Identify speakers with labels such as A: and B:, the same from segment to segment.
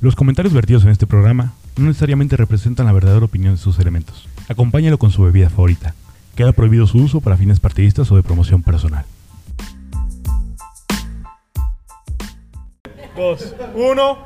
A: Los comentarios vertidos en este programa no necesariamente representan la verdadera opinión de sus elementos. Acompáñalo con su bebida favorita. Queda prohibido su uso para fines partidistas o de promoción personal.
B: Dos, uno.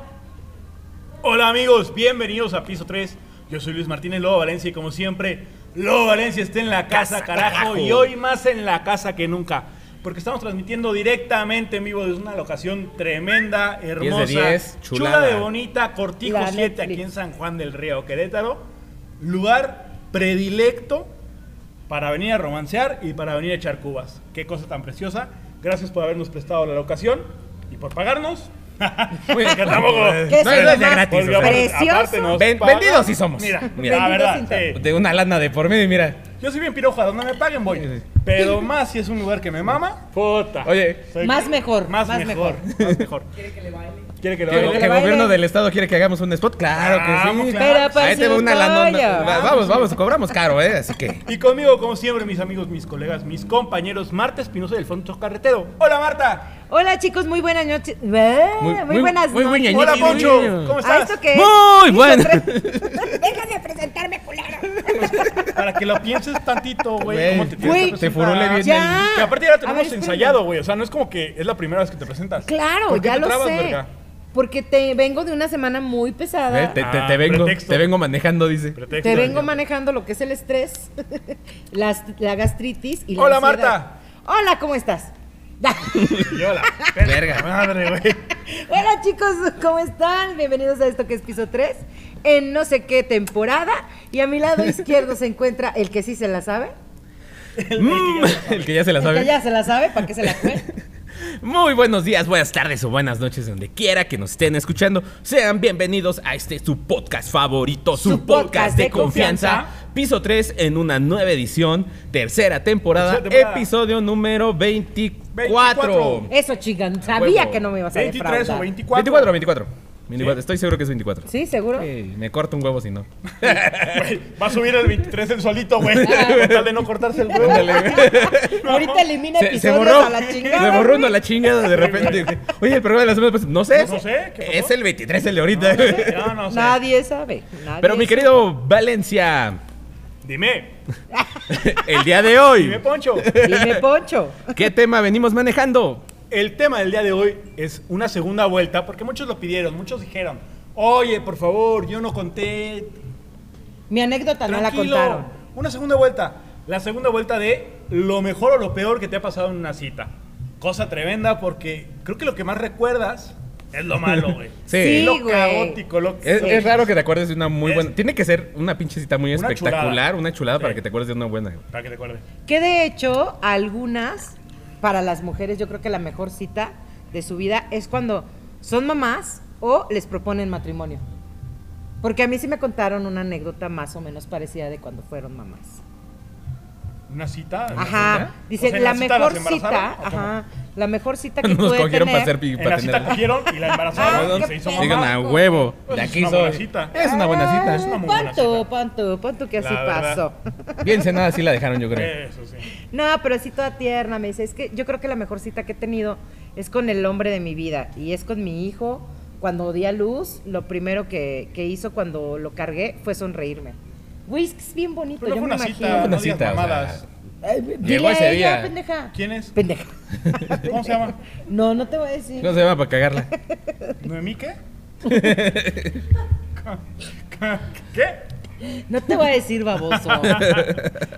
B: Hola amigos, bienvenidos a Piso 3. Yo soy Luis Martínez Lobo Valencia y como siempre, Lobo Valencia está en la casa, carajo, y hoy más en la casa que nunca. Porque estamos transmitiendo directamente en vivo desde una locación tremenda, hermosa,
C: 10,
B: chula de
C: chulada.
B: bonita, Cortijo
D: La
B: 7 aquí
D: Netflix.
B: en San Juan del Río, Querétaro. Lugar predilecto para venir a romancear y para venir a echar cubas. Qué cosa tan preciosa. Gracias por habernos prestado la locación y por pagarnos.
C: Muy bien.
B: Que tampoco-
D: ¿Qué
C: No,
D: es
C: es
D: lo
C: de
D: más
C: gratis, o sea.
D: precioso?
B: aparte nos
C: Ven-
B: pagan.
C: vendidos sí somos.
B: Mira,
C: Mira.
B: la verdad.
D: Vendidos sí
B: sí.
C: De una lana de por medio, mira.
B: Yo soy bien piroja, donde me paguen voy. Pero más si es un lugar que me mama. Puta.
C: Oye,
B: Soy-
D: Más mejor,
B: Más,
D: más
B: mejor, Más mejor. ¿Quiere que le baile? ¿Quiere que le
C: ¿que,
B: baile?
C: que
D: baile.
C: gobierno del estado quiere que hagamos un spot? Claro
B: Vamos,
C: que sí.
B: claro.
D: Pero pues
C: Ahí te va
D: sí,
C: una lana.
D: coño.
C: Vamos, vamos, cobramos caro, ¿eh? Así que.
B: Y conmigo, como siempre, mis amigos, mis colegas, mis compañeros, Marta Espinosa del Fondo Carretero. ¡Hola, Marta!
D: Hola chicos, muy buenas noches. Muy,
C: muy-
D: buenas
C: muy
D: noches.
C: bueñañiqui,
B: ¡Hola,
C: Ñiqui,
B: Poncho!
C: niño.
B: ¿Cómo
D: ¿A
B: estás?
D: esto
C: Eh,
D: qué?
C: Muy bueno.
D: Deja de presentarme, culero.
B: Para que lo pienses tantito, güey.
C: Güey,
B: ¿Cómo te tienes
D: güey,
B: que
C: te
B: presentar?
C: furule bien
D: Ya.
B: Que aparte ya lo
D: A ver,
B: tenemos
D: espérame.
B: ensayado, güey. O sea, no es como que es la primera vez que te presentas.
D: Claro,
B: ¿Por qué
D: ya
B: te
D: lo
B: trabas,
D: sé.
B: verga?
D: Porque te vengo de una semana muy
C: Ve,
D: pesada.
C: Eh, Te,
D: Te,
C: te- te
B: Ah,
C: vengo,
B: pretexto.
C: te vengo manejando, dice.
B: Pretexto.
D: vengo manejando lo que es el estrés, las- la gastritis y la
B: Hola,
D: ansiedad. Hola, ¿cómo estás?
B: Y hola.
C: Verga.
B: Madre, güey.
D: Hola chicos, ¿cómo están? Bienvenidos a esto que es piso 3 en no sé qué temporada. Y a mi lado izquierdo se encuentra el que sí se la sabe.
C: Mm, el que ya se la
D: El que
C: sabe.
D: ya se la sabe, ¿para qué se la fue?
C: Muy buenos días, buenas tardes o buenas noches, donde quiera que nos estén escuchando. Sean bienvenidos a este su podcast favorito, su,
D: Su
C: podcast,
D: podcast
C: de,
D: de
C: confianza. Piso 3 en una nueva edición, tercera temporada,
B: Tercera temporada.
C: episodio número 24.
B: 24.
D: Eso, chigan, sabía
C: Huevo.
D: que no me ibas a
B: 23
D: defraudar.
B: o 24.
C: 24, 24. 24, Estoy seguro que es 24.
D: ¿Sí, seguro?
C: Sí, me corto un huevo si no.
B: Güey, va a subir el 23 el solito, güey. Con tal de no cortarse el huevo. No.
D: Ahorita elimina
C: Se,
D: episodios
C: se borró.
D: a la chingada.
C: se borró
D: güey.
C: una la chingada de repente. Oye, el programa de la semana pasada. No sé.
B: No sé, ¿qué pasó?
C: Es el 23 el de ahorita.
B: No, no sé.
D: Nadie sabe. nadie
C: Pero mi
D: sabe.
C: querido Valencia,
B: Dime,
C: el día de hoy,
B: dime, Poncho.
D: Dime, Poncho.
C: ¿qué tema venimos manejando?
B: El tema del día de hoy es una segunda vuelta, porque muchos lo pidieron, muchos dijeron, oye, por favor, yo no conté.
D: Mi anécdota
B: Tranquilo.
D: no la contaron.
B: Una segunda vuelta. La segunda vuelta de lo mejor o lo peor que te ha pasado en una cita. Cosa tremenda porque creo que lo que más recuerdas es lo malo, güey.
C: Sí.
D: Sí,
B: lo
D: güey.
B: caótico, lo
C: Es, es raro que te acuerdes de una muy
B: Es-
C: buena. Tiene que ser una pinche cita muy
B: Una
C: espectacular,
B: chulada.
C: una chulada para
B: Sí.
C: que te acuerdes de una buena.
B: Para que te acuerdes.
D: Que de hecho, algunas, para las mujeres, yo creo que la mejor cita de su vida es cuando son mamás o les proponen matrimonio. Porque a mí sí me contaron una anécdota más o menos parecida de cuando fueron mamás.
B: Una cita. una
D: Ajá.
B: cita. O
D: Dice,
B: sea, en
D: la
B: cita
D: mejor
B: las
D: cita,
B: embarazaron, ¿o cómo?
D: ajá, la mejor cita que
C: Nos
D: pude
C: cogieron para
D: tener.
C: hacer pi-
B: En
C: para
B: la cita
C: tener.
B: cogieron y la embarazaron.
D: Ah,
B: se
D: qué
B: hizo
D: pedo.
C: Digan
B: mamá.
C: a huevo.
B: Pues
C: de
B: es
C: aquí
B: una buena
C: soy.
B: cita. Ah,
C: Es una buena cita.
B: Es una muy buena
D: Ponto,
B: cita.
D: ponto, ponto que así
B: La verdad.
D: pasó.
C: Bien cenada sí la dejaron, yo creo.
B: Eso sí.
D: No, pero sí toda tierna. Me dice, es que yo creo que la mejor cita que he tenido es con el hombre de mi vida. Y es con mi hijo. Cuando di a luz, lo primero que, que hizo cuando lo cargué fue sonreírme. Güey, es que es bien bonito,
B: Pero no
D: yo
B: fue una
D: me imagino.
B: cita.
C: Una
B: No digas
C: cita, o sea,
B: mamadas.
D: Ay, dile
C: Llegó
D: a
C: ese
D: ella,
C: día.
D: pendeja.
B: ¿Quién es?
D: Pendeja.
B: ¿Cómo se llama?
D: No, no te voy a decir.
C: No se va para cagarla.
B: ¿Noemí qué? ¿Qué?
D: No te voy a decir baboso.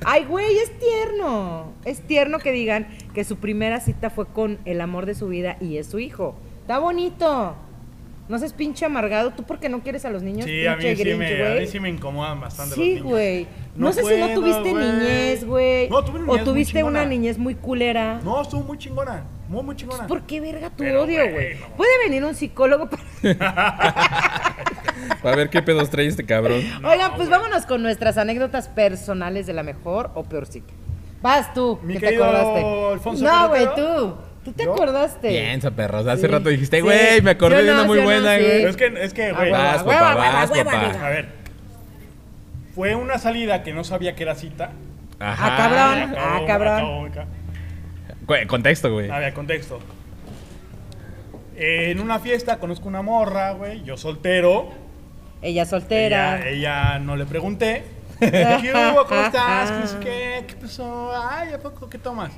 D: Ay, güey, es tierno. Es tierno que digan que su primera cita fue con el amor de su vida y es su hijo. Está bonito. No seas pinche amargado. ¿Tú porque no quieres a los niños?
B: Sí, a mí
D: pinche
B: sí,
D: grinch,
B: me, a
D: güey?
B: mí sí me incomodan bastante
D: Sí,
B: los niños.
D: güey. No, sé si no
B: puedo,
D: tuviste
B: güey.
D: niñez, güey.
B: No, tuve una niñez
D: O
B: muy
D: tuviste
B: chingona.
D: una niñez muy culera. Pues,
B: No, estuvo muy chingona. Muy, muy chingona.
D: ¿Por qué verga tu
B: Pero,
D: odio,
B: güey,
D: güey?
B: no.
D: Puede venir un psicólogo para
C: Para ver qué pedos trae este cabrón.
D: Oigan, pues vámonos con nuestras anécdotas personales de la mejor o peor cita. Vas tú,
B: Mi
D: que
B: querido
D: te acordaste.
B: Alfonso
D: no, güey,
B: Querétaro.
D: tú. Tú te
B: ¿Yo?
D: acordaste.
C: Piensa, perros. Hace
D: Sí.
C: rato dijiste,
D: Sí.
C: güey, me acordé
D: Sí o
C: de una
D: no,
C: muy
D: sí o no,
C: buena,
D: sí.
C: güey.
B: Pero es que, es que, güey.
D: Ah,
C: Vas,
D: Hueva,
C: papá,
D: hueva,
C: vas,
D: hueva,
C: papá.
D: amiga.
B: A ver. Fue una salida que no sabía que era cita.
C: Ajá.
D: Ah, cabrón.
B: Me acabo,
D: Ah,
B: me
D: cabrón.
B: acabo, me acabo. Ah.
C: Güey, Contexto, güey.
B: A ver, contexto. eh, en una fiesta conozco una morra, güey, yo soltero.
D: Ella soltera.
B: Ella, ella no le pregunté. ¿Qué hubo? ¿Cómo estás? Pues, ¿Qué? ¿Qué pasó? Ay, ¿a poco qué tomas?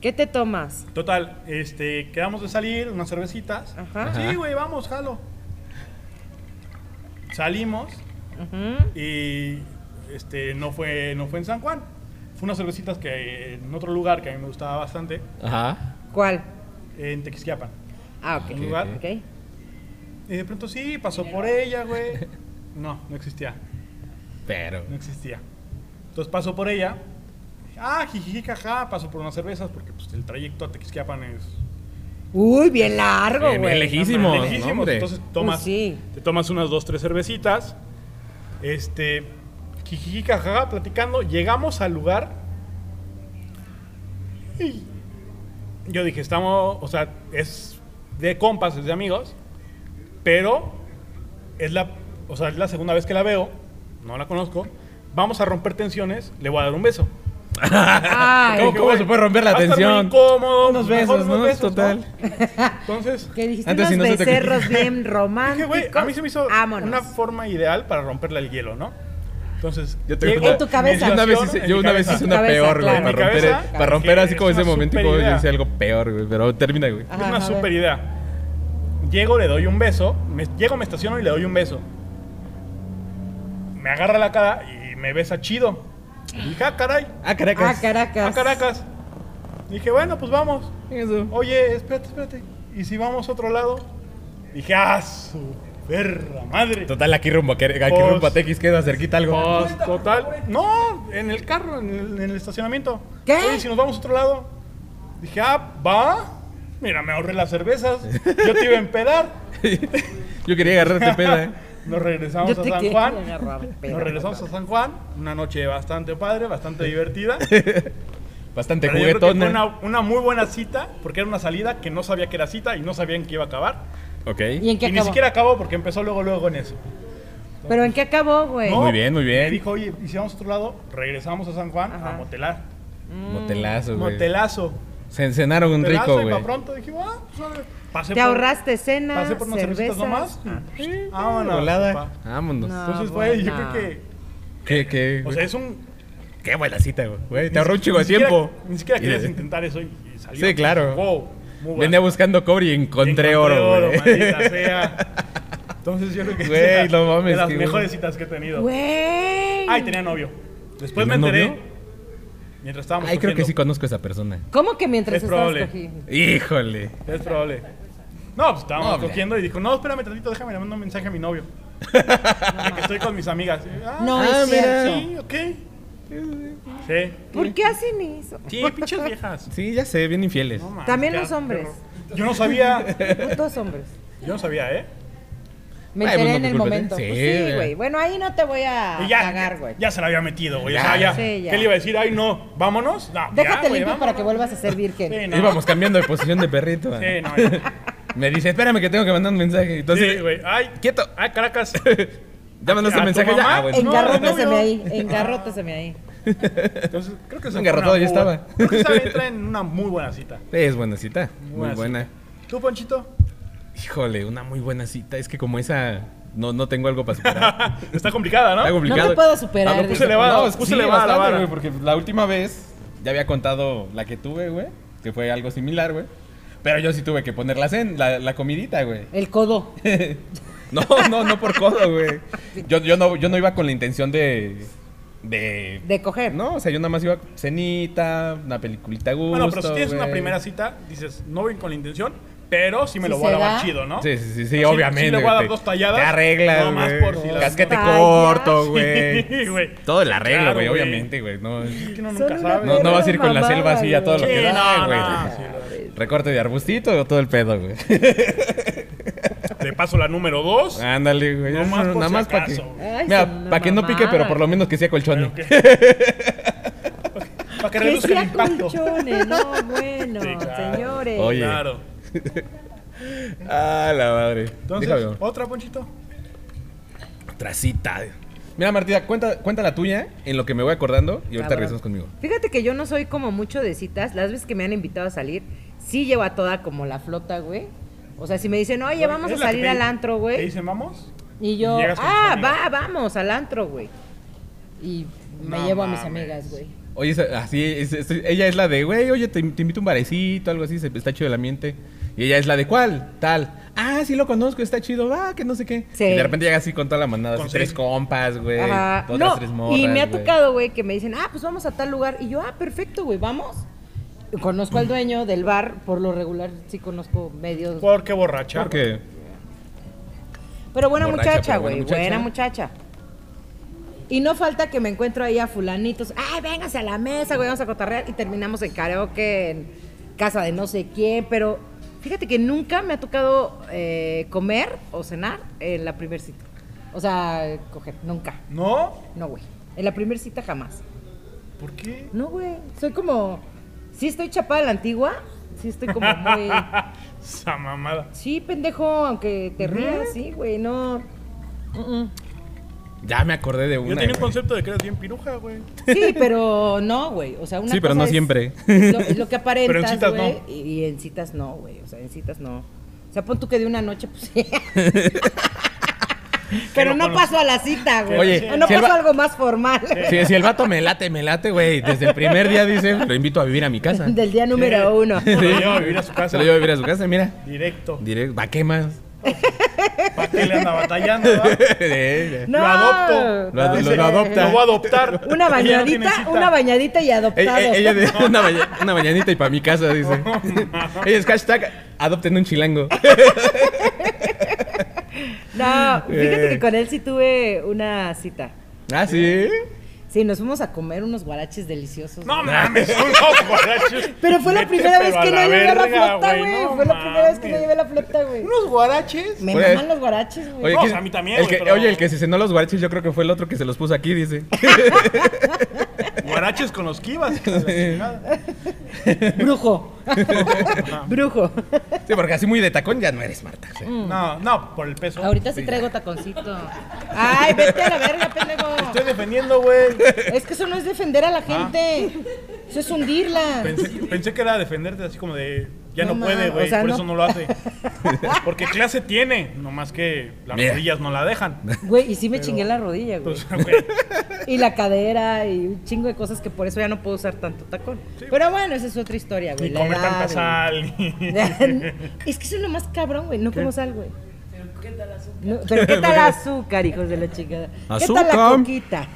D: ¿Qué te tomas?
B: Total, este, quedamos de salir, unas cervecitas.
D: Ajá.
B: Sí, güey, vamos, jalo. Salimos
D: Ujú.
B: y este no fue no fue en San Juan. Fue unas cervecitas que en otro lugar que a mí me gustaba bastante,
C: Ajá.
D: ¿Cuál?
B: en Tequisquiapan.
D: Ah, ok.
B: Un lugar.
D: Ok.
B: Y de pronto sí, pasó por ella, güey. No, no existía,
C: Pero.
B: no existía. Entonces pasó por ella. Ah, jijiji, jaja, pasó por unas cervezas porque pues, el trayecto a Tequisquiapan es
D: Uy, bien largo,
C: Bien, bien
D: güey.
C: lejísimo.
D: No mames.
B: Lejísimos,
C: hombre.
B: Entonces tomas,
D: Pues sí.
B: te tomas unas dos, tres cervecitas. Este, jijiji, jajaja, platicando. Llegamos al lugar. Y yo dije, estamos, o sea, es de compas, es de amigos. Pero es la, o sea, es la segunda vez que la veo. No la conozco. Vamos a romper tensiones. Le voy a dar un beso.
D: Ay,
C: ¿Cómo, cómo
B: güey,
C: se puede romper la
B: va a estar muy
C: tensión?
B: incómodo,
C: Unos
B: mejor
C: besos,
B: unos
C: ¿no?
B: besos, ¿no?
C: Total.
B: Entonces,
D: que dijiste
C: Antes
D: unos
C: si no se te-
D: becerros bien
B: Dije,
D: románticos.
B: güey, a mí se me hizo
D: Vámonos.
B: una forma ideal para romperle el hielo, ¿no? Entonces,
C: Yo te
B: llego-
D: En tu cabeza.
C: Yo una vez
B: En
C: hice,
B: mi
C: yo una vez
B: cabeza.
C: hice una
D: Cabeza,
C: peor, güey. Para
D: claro. En mi
C: romper,
B: cabeza,
C: para romper así como
B: es
C: ese
B: una
C: momento,
B: super
C: como yo
B: idea.
C: hice algo peor, güey. Pero termina, güey.
D: Ah.
B: Es
D: Ajá, a
B: una super
D: ver.
B: idea. Llego, le doy un beso. me- llego, me estaciono y le doy un beso. Me agarra la cara y me besa chido. Y dije, ah, caray.
C: Ah, Caracas.
D: Ah, Caracas.
B: Ah, Caracas. Dije, bueno, pues vamos.
C: Eso.
B: Oye, espérate, espérate. ¿Y si vamos a otro lado? Dije, ah, su perra madre.
C: Total, aquí rumbo a, Quer- aquí
B: Pues-
C: rumbo a Tequis queda cerquita algo.
B: Pues, total. No, en el carro, en el, en el estacionamiento.
D: ¿Qué?
B: Oye, si nos vamos a otro lado. Dije, ah, va. Mira, me ahorré las cervezas. Yo te iba a empedar.
C: Yo quería agarrarte peda, eh.
B: Nos regresamos
D: Yo
B: a
D: te
B: San
D: quiero
B: Juan.
D: agarrar pedo,
B: Nos regresamos a
D: papá.
B: San Juan. Una noche bastante padre, bastante divertida.
C: Bastante eh.
B: Pero yo creo que fue
C: juguetona.
B: una, una muy buena cita, porque era una salida que no sabía que era cita y no sabían que iba a acabar.
D: ¿Y
C: Ok.
D: en qué
B: y
D: acabó?
B: ni siquiera acabó porque empezó luego, luego en eso.
D: Pero ¿en qué acabó, güey?
B: No.
C: Muy bien, muy
B: Me
C: bien.
B: dijo, oye, y si vamos a otro lado, regresamos a San Juan a
D: Ajá.
B: motelar.
C: Motelazo, Pues, güey.
B: Motelazo.
C: Se encenaron un
B: Pedazo,
C: rico,
B: y pa'
C: güey.
B: pronto dije, ah, pues, órale. Pasé
D: Te
B: por-
D: ahorraste cena,
B: Pasé por unas cervecitas
D: cervezas.
B: nomás.
C: Ah,
B: Vámonos,
C: Volada.
B: papá.
C: Vámonos.
D: No.
B: Entonces, güey, yo
D: buena.
B: creo que.
C: Qué, qué,
B: O
C: güey?
B: sea, es un.
C: qué buena cita, güey. güey. Te ahorró un
B: ni
C: chingo de
B: siquiera-
C: tiempo.
B: Ni siquiera querías
C: Y-
B: intentar eso y, y salió.
C: Sí, claro.
B: Wow. Muy bueno.
C: Venía buscando cobre y encontré, oro, güey.
B: maldita sea. Entonces, yo creo que. es
C: Güey,
B: de las-
C: no mames,
B: De las
C: qué
B: mejores
C: bueno.
B: citas que he tenido.
D: Güey.
B: Ay, tenía novio. Después me
C: ¿Tenía
B: enteré.
C: novio?
B: Mientras estábamos.
C: Ay, creo que sí
B: cogiendo.
C: conozco a esa persona.
D: ¿Cómo que mientras
B: Es
D: estabas
B: probable.
D: cogiendo?
C: Híjole.
B: Es probable. No, pues estábamos
C: No, hombre.
B: cogiendo y dijo, no, espérame tantito, déjame le mando un mensaje a mi novio. De que estoy con mis amigas. Y, "Ah,
D: No
C: Ah,
D: es
C: mira.
D: cierto.
B: Sí, ok. Sí.
D: ¿Por qué hacen eso?
B: Sí, pinches viejas.
C: Sí, ya sé, bien infieles.
B: No mames,
D: También
B: ya,
D: los hombres.
B: perro. Yo no sabía.
D: Putos hombres.
B: Yo no sabía, ¿eh?
D: Me
C: Ay, pues no
D: enteré en
C: te
D: el
C: culpes, ¿eh?
D: momento.
C: Sí,
D: Pues Sí,
C: güey.
D: güey. Bueno, ahí no te voy a
B: Y ya,
D: cagar, güey.
B: ya se la había metido, güey. O
C: Ya.
B: sea, ya.
D: Sí, ya.
B: ¿Qué le iba a decir? Ay, no. ¿Vámonos? No,
D: Déjate
B: ya, güey,
D: limpio para que
B: vámonos.
D: vuelvas a ser virgen.
B: Sí, no.
C: Íbamos cambiando de posición de perrito.
B: Sí, no. ya.
C: Me dice, espérame que tengo que mandar un mensaje. Entonces,
B: Sí, güey. Ay,
C: quieto.
B: ay, Caracas.
C: Ya mandaste
B: ¿A
C: un
B: tu
C: mensaje
B: mamá?
C: ya. Ah, bueno.
B: pues No,
D: Engarróteseme
B: no, no.
D: ahí. Engarróteseme ahí.
B: Entonces, creo que se fue
C: Engarrotado
B: una muy
C: ya estaba.
B: buena- Creo que esa entra en una muy buena cita.
C: Sí, Es buena cita. Muy buena.
B: cita. ¿Tú, Ponchito?
C: Híjole, una muy buena cita. Es que como esa, no, no tengo algo para superar.
B: Está complicada, ¿no?
C: Está complicado.
D: No te puedo superar,
C: Ah, no, pues
D: dice.
C: se le va,
B: No,
C: pues
B: pues
C: sí,
B: se le va la
C: bastante,
B: vara.
C: güey, porque la última vez ya había contado la que tuve, güey, que fue algo similar, güey. Pero yo sí tuve que poner la, cen- la, la comidita, güey.
D: El codo.
C: No, no, no por codo, güey. Yo, yo, no, yo no iba con la intención de... De...
D: De coger.
C: No, o sea, yo nada más iba cenita, una peliculita a gusto,
B: Bueno, pero si tienes una
C: güey.
B: primera cita, dices, no voy con la intención, pero sí me
D: Si
B: lo voy a
D: se
B: lavar
D: da.
B: chido, ¿no?
C: Sí, sí, sí, sí,
B: Así,
C: obviamente.
B: sí le voy a dar
C: güey.
B: dos talladas,
C: Te arreglas,
B: no más
C: güey.
B: por si las-
C: Casquete
D: Vaya.
C: corto, güey.
B: Sí, güey.
C: Todo el arreglo,
B: Claro,
C: güey,
B: güey.
C: obviamente, güey. No,
B: Es que uno
D: Son
B: nunca
D: una
B: sabe.
C: no, no vas a ir con la
D: Mamada, Ah,
C: selva
D: pues.
C: así a todo lo que
B: Sí,
C: da,
B: no,
C: güey.
B: no, sí,
C: Recorte de arbustito o todo el pedo, güey.
B: Te paso la número dos.
C: Ándale, güey.
B: No más por si
C: para
B: acaso,
C: que.
B: güey.
D: Ay, son
C: Mira,
D: una
C: para que no pique,
D: mamada.
C: pero por lo menos que sea colchón.
B: Pero que- Para que
D: Que
B: reduzca el
D: sea
B: impacto.
D: colchones, no, bueno,
B: Sí, claro.
D: señores.
C: Oye.
B: Claro.
C: Ah, la madre.
B: Entonces,
C: Dígame.
B: otra, Ponchito.
C: Otra cita. Mira, Martita, cuenta, cuenta la tuya ¿eh? en lo que me voy acordando y ahorita
D: Cabrón.
C: regresamos conmigo.
D: Fíjate que yo no soy como mucho de citas. Las veces que me han invitado a salir, sí llevo a toda como la flota, güey. O sea, si me dicen, oye, vamos a
B: ¿Es la que
D: salir
B: te-
D: al antro,
B: ¿Te
D: güey.
B: dicen vamos?
D: Y yo,
B: y llegas con tus
D: ah,
B: amigas.
D: va, vamos al antro, güey. Y me
B: No
D: llevo a mis
B: mames.
D: amigas, güey.
C: Oye, esa- así es- es- ella es la de, güey, oye, te, te invito a un barecito, algo así, se, está chido el ambiente. Y ella es la de, ¿cuál? Tal. Ah, sí lo conozco, está chido, ah, que no sé qué.
D: Sí.
C: Y de repente llega así con toda la manada,
B: Con
C: así, tres
B: seis.
C: compas, güey,
D: Ajá.
C: otras
D: No,
C: tres morras,
D: y me ha
C: güey.
D: tocado, güey, que me dicen, ah, pues vamos a tal lugar. Y yo, ah, perfecto, güey, vamos. Conozco al dueño del bar, por lo regular sí conozco medios.
B: Porque borracha.
C: Porque,
D: Pero buena
C: borracha,
D: muchacha,
C: pero
D: güey,
C: buena
D: buena muchacha. Y no falta que me encuentro ahí a fulanitos, ay, véngase a la mesa, güey, vamos a cotarrear. Y terminamos en karaoke, en casa de no sé quién, pero fíjate que nunca me ha tocado eh, comer o cenar en la primer cita. O sea, coger, nunca.
B: ¿No?
D: No, güey. En la primer cita jamás.
B: ¿Por qué?
D: No, güey. Soy como. Sí, estoy chapada a la antigua. Sí, estoy como muy.
B: Esa mamada.
D: Sí, pendejo, aunque te rías, sí, güey. No. Mm,
C: ya me acordé de una,
B: Yo tenía un
C: güey.
B: concepto de que eras bien piruja, güey.
D: Sí, pero no, güey. O sea, una
C: Sí, pero
D: cosa
C: no
D: es-
C: siempre.
D: es Lo, es lo que aparentas,
B: Pero en citas
D: güey, Y, y en citas no, güey. O sea, en citas no. O sea, pon tú que de una noche, pues sí. pero
B: no
D: no
B: conoces.
D: pasó a la cita, güey.
C: Oye,
D: O no
C: si el
D: pasó
C: va-
D: algo más formal.
C: Sí, si el vato me late, me late, güey. Desde el primer día dice, lo invito a vivir a mi casa.
D: Del día número
B: Sí.
D: uno.
B: Se lo lleva a vivir a su
C: Se
B: casa.
C: lo llevo a vivir a su casa, mira.
B: Directo.
C: Directo, ¿va qué más?
B: ¿Para qué le anda batallando? va?
D: No.
B: Lo adopto.
C: Lo ad- lo-
B: Dice,
C: lo adopta.
B: Lo voy a adoptar.
D: Una
B: Ella no tiene
D: bañadita,
B: cita. Eh,
D: una bañadita y adoptado.
C: Ella, ella de- una, baña- una bañadita y para mi casa, dice. Ella es hashtag adopten un chilango.
D: No, fíjate
C: Eh.
D: que con él sí tuve una cita.
C: Ah, sí.
D: Sí, nos fuimos a comer unos guaraches deliciosos.
B: No
D: güey.
B: mames, son unos guaraches.
D: Pero fue la
B: Vete,
D: primera vez
B: pero
D: que
B: a
D: no llevé la
B: verga,
D: flota, güey.
B: no
D: fue la primera vez que no
B: mames.
D: llevé la flota, güey.
B: ¿Unos guaraches?
D: Me
C: Oye,
D: maman los guaraches, güey.
B: No,
C: que-
B: o sea, a mí también,
C: el
B: güey,
C: que,
B: pero-
C: Oye, el que se cenó los guaraches yo creo que fue el otro que se los puso aquí, dice.
B: Guaraches con los kibas. hija de la chingada.
D: Brujo. Brujo.
C: Sí, porque así muy de tacón ya no eres Marta.
B: No, no, por el peso.
D: Ahorita sí traigo taconcito. Ay, vete a la verga, pendejo.
B: Estoy defendiendo, güey.
D: Es que eso no es defender a la gente. Eso es hundirla.
B: Pensé, pensé que era defenderte así como de ya no,
D: No mames,
B: puede, güey,
D: o sea,
B: por
D: no.
B: eso no lo hace. Porque clase tiene, nomás que las
C: Mira.
B: rodillas no la dejan.
D: Güey, y sí me chingué la rodilla, güey.
B: Entonces, güey,
D: Y la cadera y un chingo de cosas que por eso ya no puedo usar tanto tacón. Pero bueno, esa es otra historia, güey.
B: ni
D: la
B: comer
D: edad,
B: tanta
D: güey.
B: sal. ni-
D: es que eso es lo más cabrón, güey. No como sal, güey. No, Pero ¿qué tal azúcar, hijos de la chingada? ¿Qué tal
C: Azúcar.
D: la coquita?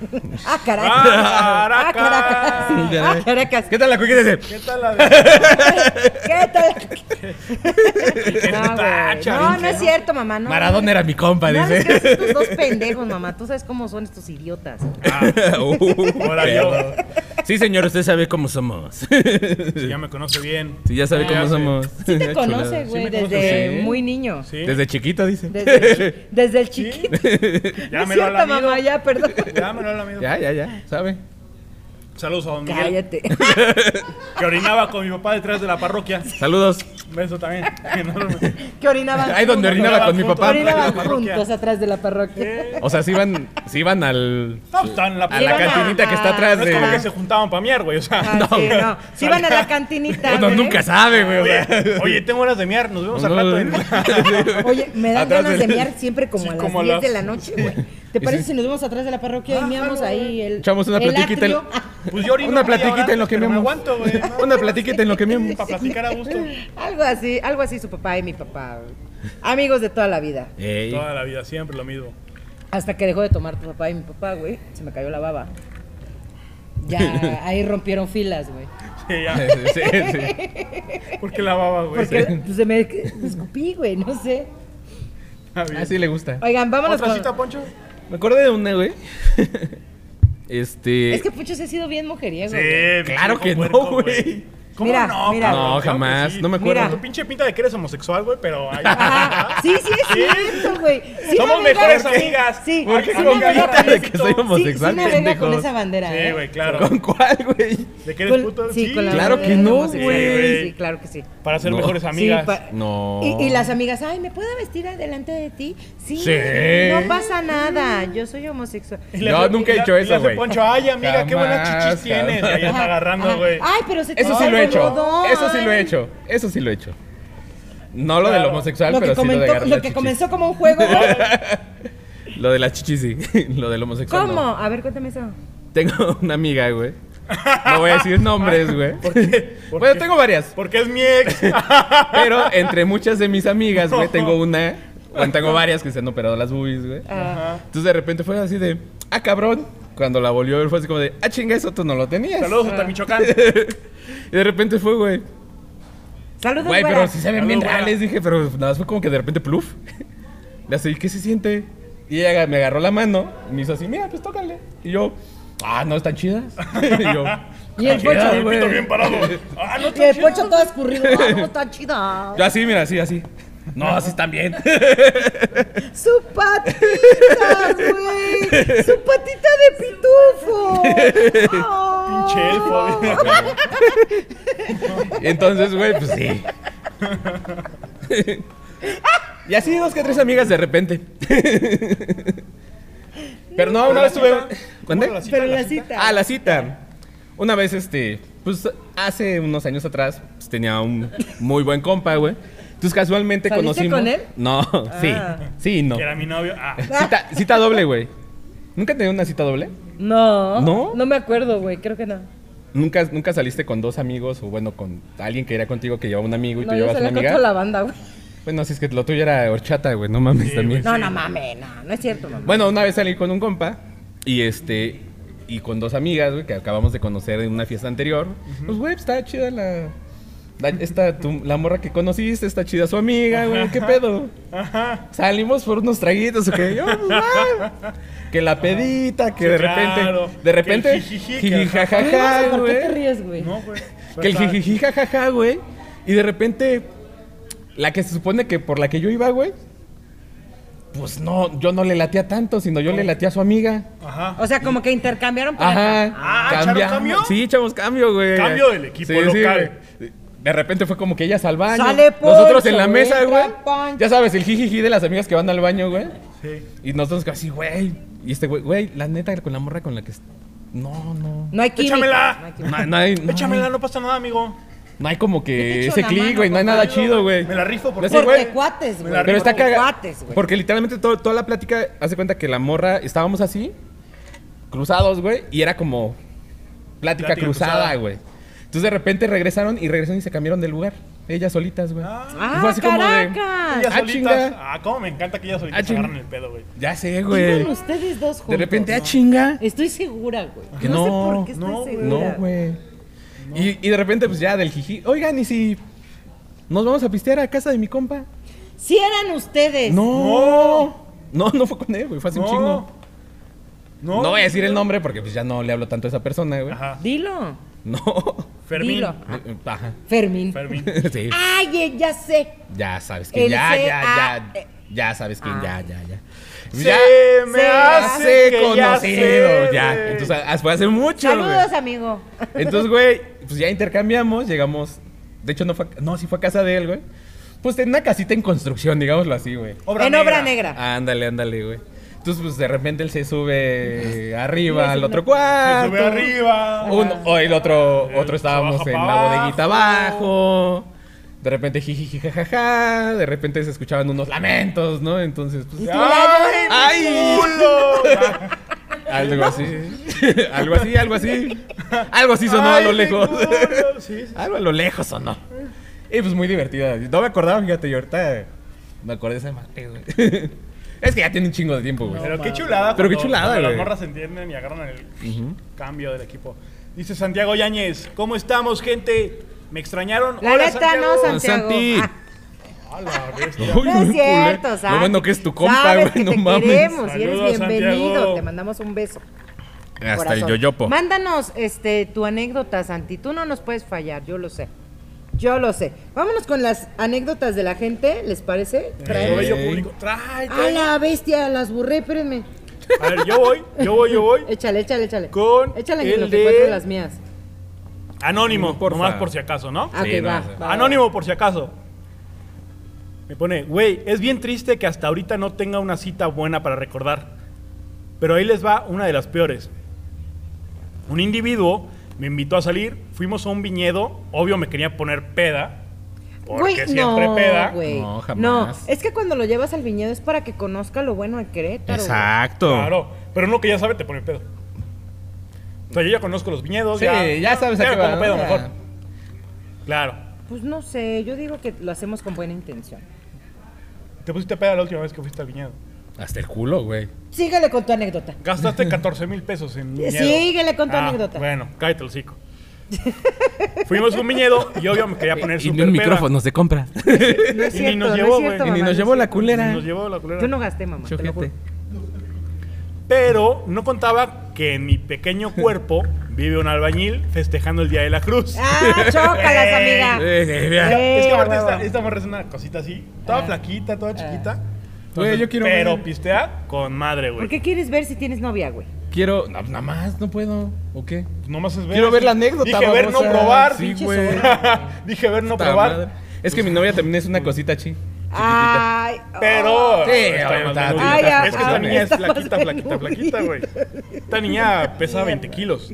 D: ¡Ah, caracas!
B: Ah,
D: ¡Ah, caracas! ¡Ah, caracas!
C: ¿Qué tal la coquita? Dice,
B: ¿Qué tal la de?
D: ¿Qué tal? No, güey.
B: tacha,
D: No,
B: bien
D: no es cierto, mamá. No,
C: Maradona era mi compa,
D: No, es que
C: dice.
D: son estos dos pendejos, mamá. Tú sabes cómo son estos idiotas.
C: Uh,
B: Ah, Ahora
C: perro.
B: yo.
C: Sí, señor, usted sabe cómo somos.
B: Si ya me conoce bien.
C: Sí, ya sabe
B: Ah,
C: cómo
B: sí.
C: somos.
D: Sí te
C: Chulada.
D: conoce, güey,
B: me conoce,
D: desde
C: sí.
D: muy niño.
B: Sí.
C: Desde chiquito, dice.
D: Desde, desde el chiquito. No
B: Ya
D: es
B: me lo
D: cierto,
B: al amigo.
D: mamá, ya, perdón.
B: Ya me lo al amigo.
C: Ya, ya, ya, sabe.
B: Saludos a don Miguel,
D: Cállate.
B: que orinaba con mi papá detrás de la parroquia.
C: Saludos.
B: Un beso también. pues,
D: Que orinaban.
C: Ahí donde
D: juntos.
C: orinaba con mi papá.
D: Orinaban
B: La parroquia.
D: juntos atrás de la parroquia.
B: Eh,
C: O sea, si iban, si iban al.
B: No, pues, estaban en la
C: A la
D: Iban
B: parroquia.
C: cantinita que está atrás
B: No es como que
C: de.
B: se juntaban para miar, güey, o sea.
D: Ah, sí, no. Si van a la cantinita.
C: Uno
D: güey.
C: nunca sabe, güey. o
B: Oye,
C: sea.
B: oye, tengo horas de miar, nos vemos al
C: No,
B: rato ¿eh?
C: no,
B: en
C: no.
D: Oye, me dan
C: Atrás
D: ganas de
C: del-
D: miar siempre como
B: Sí,
D: a las
B: como a
D: 10 de
B: las-
D: la noche, güey. ¿Te
C: Y
D: parece
C: sí.
D: si nos vamos atrás de la
B: Ah,
D: parroquia y miamos ahí el.
C: Echamos una
D: el
C: platiquita, el-
D: atrio?
B: Pues yo orino
C: Una
B: media
C: platiquita
B: hora,
C: en lo que
B: pero me
C: miamos.
B: aguanto, güey. ¿no?
C: Una platiquita en lo que miamos.
B: Para platicar a gusto.
D: Algo así, algo así su papá y mi papá. güey. Amigos de toda la vida.
C: Ey.
B: Toda la vida, siempre lo mismo.
D: Hasta que dejó de tomar tu papá y mi papá, güey. Se me cayó la baba. Ya ahí rompieron filas, güey.
B: Sí, ya.
C: Sí, sí.
B: ¿Por qué la baba, güey?
D: Porque pues, se me me escupí, güey, no sé. Ah,
B: Está bien.
C: Así le gusta.
D: Oigan, vámonos
B: ¿Otra
D: con...
B: cita, Poncho?
C: Me acordé de una, güey. Este.
D: Es que Pucho se ha sido bien mujeriego.
B: Sí,
D: güey.
C: claro
B: pinche
C: que
B: puerco,
C: no, güey.
B: ¿Cómo
D: Mira,
B: no?
D: mira.
B: cabrón?
C: No,
B: Claro que
C: jamás,
B: sí.
C: no me
D: Mira.
C: acuerdo.
B: Tu pinche pinta de que eres homosexual, güey, pero... ay,
D: Ajá. Sí, sí es cierto, güey. Sí
B: Somos
D: navega-
B: mejores amigas.
D: Sí,
B: ¿Por
D: sí
B: qué con
D: navega
B: pinta de
D: con-
B: que soy
D: sí,
C: homosexual,
D: sí navega con
C: pendejos?
D: esa bandera,
B: Sí,
D: ¿eh?
B: güey, claro.
C: ¿Con cuál, güey?
B: ¿De que eres
D: Con-
B: puto?
D: sí, con la
C: Claro
D: bandera
C: que
D: de
C: no,
D: homosexual.
B: güey.
D: Sí, claro que sí.
B: Para ser
C: No.
B: mejores
C: Sí,
B: amigas.
D: Sí, pa-
C: No.
D: Y, y las amigas, ay, ¿me puedo vestir adelante de ti? Sí,
C: Sí.
D: No pasa nada, yo soy homosexual.
B: Y le
C: Yo
B: hace-
C: nunca he
B: y le-
C: hecho
B: y le
C: eso,
B: hace
C: güey.
B: Poncho, ay, amiga, qué buenas
C: Jamás,
B: chichis tienes.
C: jamás.
B: Ya está
D: Ajá,
B: agarrando,
D: ajá.
B: güey.
D: Ay, pero se te
C: Eso sí
D: cae
C: lo he
D: el
C: hecho.
D: algodón.
C: Eso sí lo he hecho. Eso sí lo he hecho. No lo del
B: Claro.
C: homosexual,
D: lo
C: pero
D: que,
C: sí lo de
D: comentó-
C: agarrar
D: lo
C: las
D: que
C: chichis.
D: comenzó como un juego.
C: Lo de las chichis, sí. lo del homosexual.
D: ¿Cómo?
C: no.
D: A ver, cuéntame eso.
C: Tengo una amiga, güey. No voy a decir nombres, güey.
B: ¿Por qué? ¿Por
C: Bueno,
B: qué?
C: tengo varias.
B: Porque es mi ex.
C: Pero entre muchas de mis amigas, güey, tengo una. Bueno, tengo varias que se han operado las boobies, güey.
D: Ah,
C: Entonces de repente fue así de, ah, cabrón. Cuando la volvió a ver fue así como de, ah, chinga, eso tú no lo tenías.
B: Saludos hasta Michoacán.
C: Y de repente fue, güey.
D: Saludos,
C: Güey,
D: güera.
C: pero si se ven bien
B: Saludos, güera.
C: reales, dije, pero nada más fue como que de repente pluf. Le así, ¿qué se siente? Y ella aga- me agarró la mano y me hizo así, mira, pues tócale. Y yo, ah, no, están chidas. y yo, "Ah,
D: Y el
C: "Chidas,
D: pocho,
B: Pito
C: güey".
B: bien parado. Ah, no
D: Y el pocho todo escurrido. Ah, no, está chida.
C: Yo así, mira, así, así. No, así están bien.
D: Su patita, güey. Su patita de pitufo. Ah.
B: Pinche elfo.
C: Y entonces, güey, pues sí. y así dos que tres amigas de repente. Pero no, una vez estuve. ¿Cuándo?
B: ¿Cómo la cita?
D: Pero la cita.
C: Ah, la cita. Una vez, este, pues hace unos años atrás, pues, tenía un muy buen compa, güey. Entonces casualmente
D: ¿Saliste
C: conocimos.
D: con él? Ah.
C: No, sí. Sí, y no.
B: Que era mi novio. Ah,
C: Cita, cita doble, güey. ¿Nunca tenido una cita doble?
D: No.
C: ¿No?
D: me acuerdo, güey. Creo que no.
C: ¿Nunca, ¿Nunca saliste con dos amigos o bueno, con alguien que era contigo que llevaba un amigo y
D: No,
C: tú
D: yo
C: llevas una
D: salí con
C: amiga?
D: toda la banda, güey.
C: Bueno, si es que lo tuyo era horchata, güey, no mames
B: Sí,
C: también.
D: No, no mames, no. No es cierto, mamá.
C: Bueno, una vez salí con un compa y este y con dos amigas, güey, que acabamos de conocer en una fiesta anterior. Pues güey, pues, está chida la la, esta, tu- la morra que conociste, está chida su amiga, güey, qué pedo.
B: ajá.
C: Salimos por unos traguitos, ok. Yo, pues, va. que la pedita, que
B: Sí,
C: de repente,
B: claro.
C: de
B: Que
C: repente,
B: el jijiji, que
C: jiji,
B: ajá.
D: ¿Qué
C: jajaja,
D: pasa? ¿Por qué
C: güey.
D: te ríes, güey?
B: No, güey. Pero
C: Que el
B: está-
C: jijiji jajaja, güey. Y de repente, la que se supone que por la que yo iba, güey. Pues no, yo no le latía tanto, sino yo le latía a su amiga.
B: Ajá.
D: O sea, como que intercambiaron pareja.
C: Ajá.
B: Ah, ¿echaron
C: cambiamos.
B: cambio?
C: Sí, echamos cambio, güey.
B: Cambio del equipo local.
C: güey. de repente fue como que ellas al baño.
D: Sale Poncho,
C: nosotros en la mesa,
D: entra
C: güey.
D: Poncho.
C: Ya sabes, el jijiji de las amigas que van al baño, güey.
B: Sí.
C: Y nosotros así, güey. Y este güey, güey, la neta con la morra con la que est- No, no.
D: No hay química.
B: Échamela.
D: No hay química.
C: No, no hay, no hay-
B: Échamela, no pasa nada, amigo.
C: no hay como
D: Yo te
C: que
D: echo
C: ese
D: la
C: clic,
D: mano,
C: güey. No hay nada
B: compadre.
C: chido, güey.
B: Me la rifo porque-
C: Ya sé,
D: Porque
C: güey.
D: cuates, güey.
B: Pero
C: Pero está
D: Porque
C: cagado.
D: cuates, güey.
C: Porque literalmente todo- toda la plática hace cuenta que la morra estábamos así, cruzados, güey, y era como plática,
B: Plática
C: cruzada,
B: cruzada.
C: güey. Entonces de repente regresaron y regresaron y se cambiaron de lugar. Ellas solitas, güey.
B: Ah,
C: Y fue
D: ¡Ah,
C: así como de-
D: caracas!
B: ellas
C: ah,
B: solitas.
C: chinga.
B: Ah, cómo me encanta que ellas
C: Ah,
B: solitas se
C: chinga.
B: agarran el pedo, güey.
C: Ya sé, güey.
D: Iban ustedes dos juntos.
C: De repente, ah, chinga.
D: Estoy segura, güey.
C: Que
D: no, sé
C: no,
D: por qué estoy
B: no, güey.
D: segura.
C: No, güey. Y, y de repente, pues ya del jiji. Oigan, ¿y si nos vamos a pistear a casa de mi compa?
D: Si eran ustedes.
C: No. No, no fue con él, güey. Fue hace un chingo.
B: No.
C: No voy a decir el nombre porque pues ya no le hablo tanto a esa persona, güey.
B: Ajá. Ah.
D: Dilo.
C: No.
B: Fermín.
D: Dilo.
C: Ajá.
D: Fermín.
B: Fermín.
C: Sí.
D: Ay, eh, ya sé.
C: Ya sabes que
D: El
C: ya,
D: C
C: ya,
D: A- Ah.
C: ya. Ya sabes que ya, ya, ya.
B: Se
C: ya
B: me
D: se
B: hace que ya sé,
C: conocido. Ya.
B: güey.
C: Entonces ah, fue hace mucho,
D: Saludos,
C: güey.
D: amigo.
C: Entonces, güey, pues ya intercambiamos, llegamos. De hecho, no fue. a- No, sí fue a casa de él, güey. Pues en una casita en construcción, digámoslo así, güey.
D: en obra negra.
C: Ándale, ándale, güey. Entonces, pues de repente él se sube arriba al otro
B: Se
C: cuarto.
B: sube arriba.
C: Un- o el otro, otro estábamos
B: abajo
C: en
B: pa'
C: la bodeguita
B: abajo.
C: abajo. De repente jiji jajaja, de repente se escuchaban unos lamentos, ¿no? Entonces, pues
B: ¡Ay,
C: ¡Ay!
B: mi culo!
C: algo así. algo así, algo así. Algo así sonó a
B: Ay,
C: lo
B: mi
C: lejos.
B: culo. Sí, sí.
C: algo a lo lejos sonó. Y pues muy divertida. No me acordaba, fíjate, y ahorita me acordé de esa madre, güey. es que ya tiene un chingo de tiempo, güey.
B: Pero qué chulada.
C: Pero qué
B: cuando-
C: chulada,
B: cuando Las
C: güey.
B: morras se entienden y agarran el cambio del equipo. Dice Santiago Yáñez, ¿cómo estamos, gente? ¿Me extrañaron?
D: La
B: Hola,
D: neta, no,
C: San- Santi.
D: Santiago. Ah,
B: Hola, bestia.
C: Uy,
D: no es
C: güey,
D: cierto,
C: culé.
D: Santi.
C: Lo bueno que es tu compa, güey,
D: Sabes que
C: no
D: te
C: mames.
D: queremos y eres
B: Saludos,
D: bienvenido.
B: Santiago.
D: Te mandamos un beso.
C: Hasta el
D: corazón.
C: yoyopo.
D: Mándanos este, tu anécdota, Santi. Tú no nos puedes fallar, yo lo sé. Yo lo sé. Vámonos con las anécdotas de la gente, ¿les parece?
C: Eh,
B: Bello
D: Traemos-
C: Ey.
B: público. Trae,
D: A
B: trae.
D: Ah, la bestia, las burré, espérenme.
B: A ver, yo voy, yo voy, yo voy.
D: Échale, échale, échale.
B: Con
D: échale
B: el
D: en lo que
B: de-
D: encuentro las mías.
B: Anónimo,
C: Porfa.
B: nomás por si acaso, ¿no?
D: Ah,
C: Sí,
D: ok,
C: no,
D: va,
C: sí.
D: va, va.
B: Anónimo, por si acaso. Me pone, güey, es bien triste que hasta ahorita no tenga una cita buena para recordar. Pero ahí les va una de las peores. Un individuo me invitó a salir, fuimos a un viñedo, obvio me quería poner peda. Porque
D: Güey,
B: siempre
D: no,
B: peda.
D: güey.
C: No, jamás.
D: No, es que cuando lo llevas al viñedo es para que conozca lo bueno de Querétaro. güey.
C: Exacto.
B: Claro, pero uno que ya sabe te pone pedo. O sea, yo ya conozco los viñedos.
C: Sí, ya, sabes
B: ya
C: a qué
B: me
C: va.
B: pongo pedo
C: ¿no?
B: mejor. Claro.
D: Pues no sé, yo digo que lo hacemos con buena intención.
B: Te pusiste peda la última vez que fuiste al viñedo.
C: Hasta el culo, güey.
D: Síguele con tu anécdota.
B: Gastaste 14 mil pesos en viñedo.
D: síguele con tu anécdota.
B: Bueno, cállate el hocico. Fuimos a un viñedo y yo me quería poner
C: Y
B: súper
C: ni un
B: peda.
C: micrófono se compra.
D: No es
B: Y ni
D: cierto,
B: nos
D: no
B: llevó,
D: es
B: güey.
C: Y ni
D: cierto, mamá,
C: nos
D: no
C: llevó
D: es
C: la
D: cierto.
C: culera.
B: Nos llevó la culera.
D: Yo no gasté, mamá, te lo juro.
C: Chojete.
B: Pero no contaba que en mi pequeño cuerpo vive un albañil festejando el Día de la Cruz.
D: ¡Ah, chócalas, amiga!
C: Eh, eh, vea.
B: O sea, es que
D: Eh,
B: aparte
D: a huevo.
B: esta, esta morra es una cosita así, toda
D: Ah.
B: flaquita, toda chiquita.
C: Güey, yo quiero
B: Pero
C: ver.
B: pistea con madre,
D: ¿Por
B: güey.
D: qué quieres ver si tienes novia, güey?
C: Quiero. no, pues, nada más, no puedo. ¿O qué?
B: No más es ver.
C: Quiero ver la anécdota.
B: Dije ver, no
C: babosa.
B: probar.
C: Sí,
D: pinche
C: güey.
D: sobrino.
B: Dije ver, no
C: Puta madre.
B: probar.
C: Es que mi novia también es una cosita chi. chiquitita.
D: Ay, oh.
B: Pero.
C: Sí,
B: está
C: obviamente,
B: más
C: está-
B: delgadita.
D: Ay,
B: es que
D: ah,
B: esta
D: ah,
B: niña es
D: está más
B: flaquita, flaquita, flaquita, güey. Esta niña pesa 20 kilos.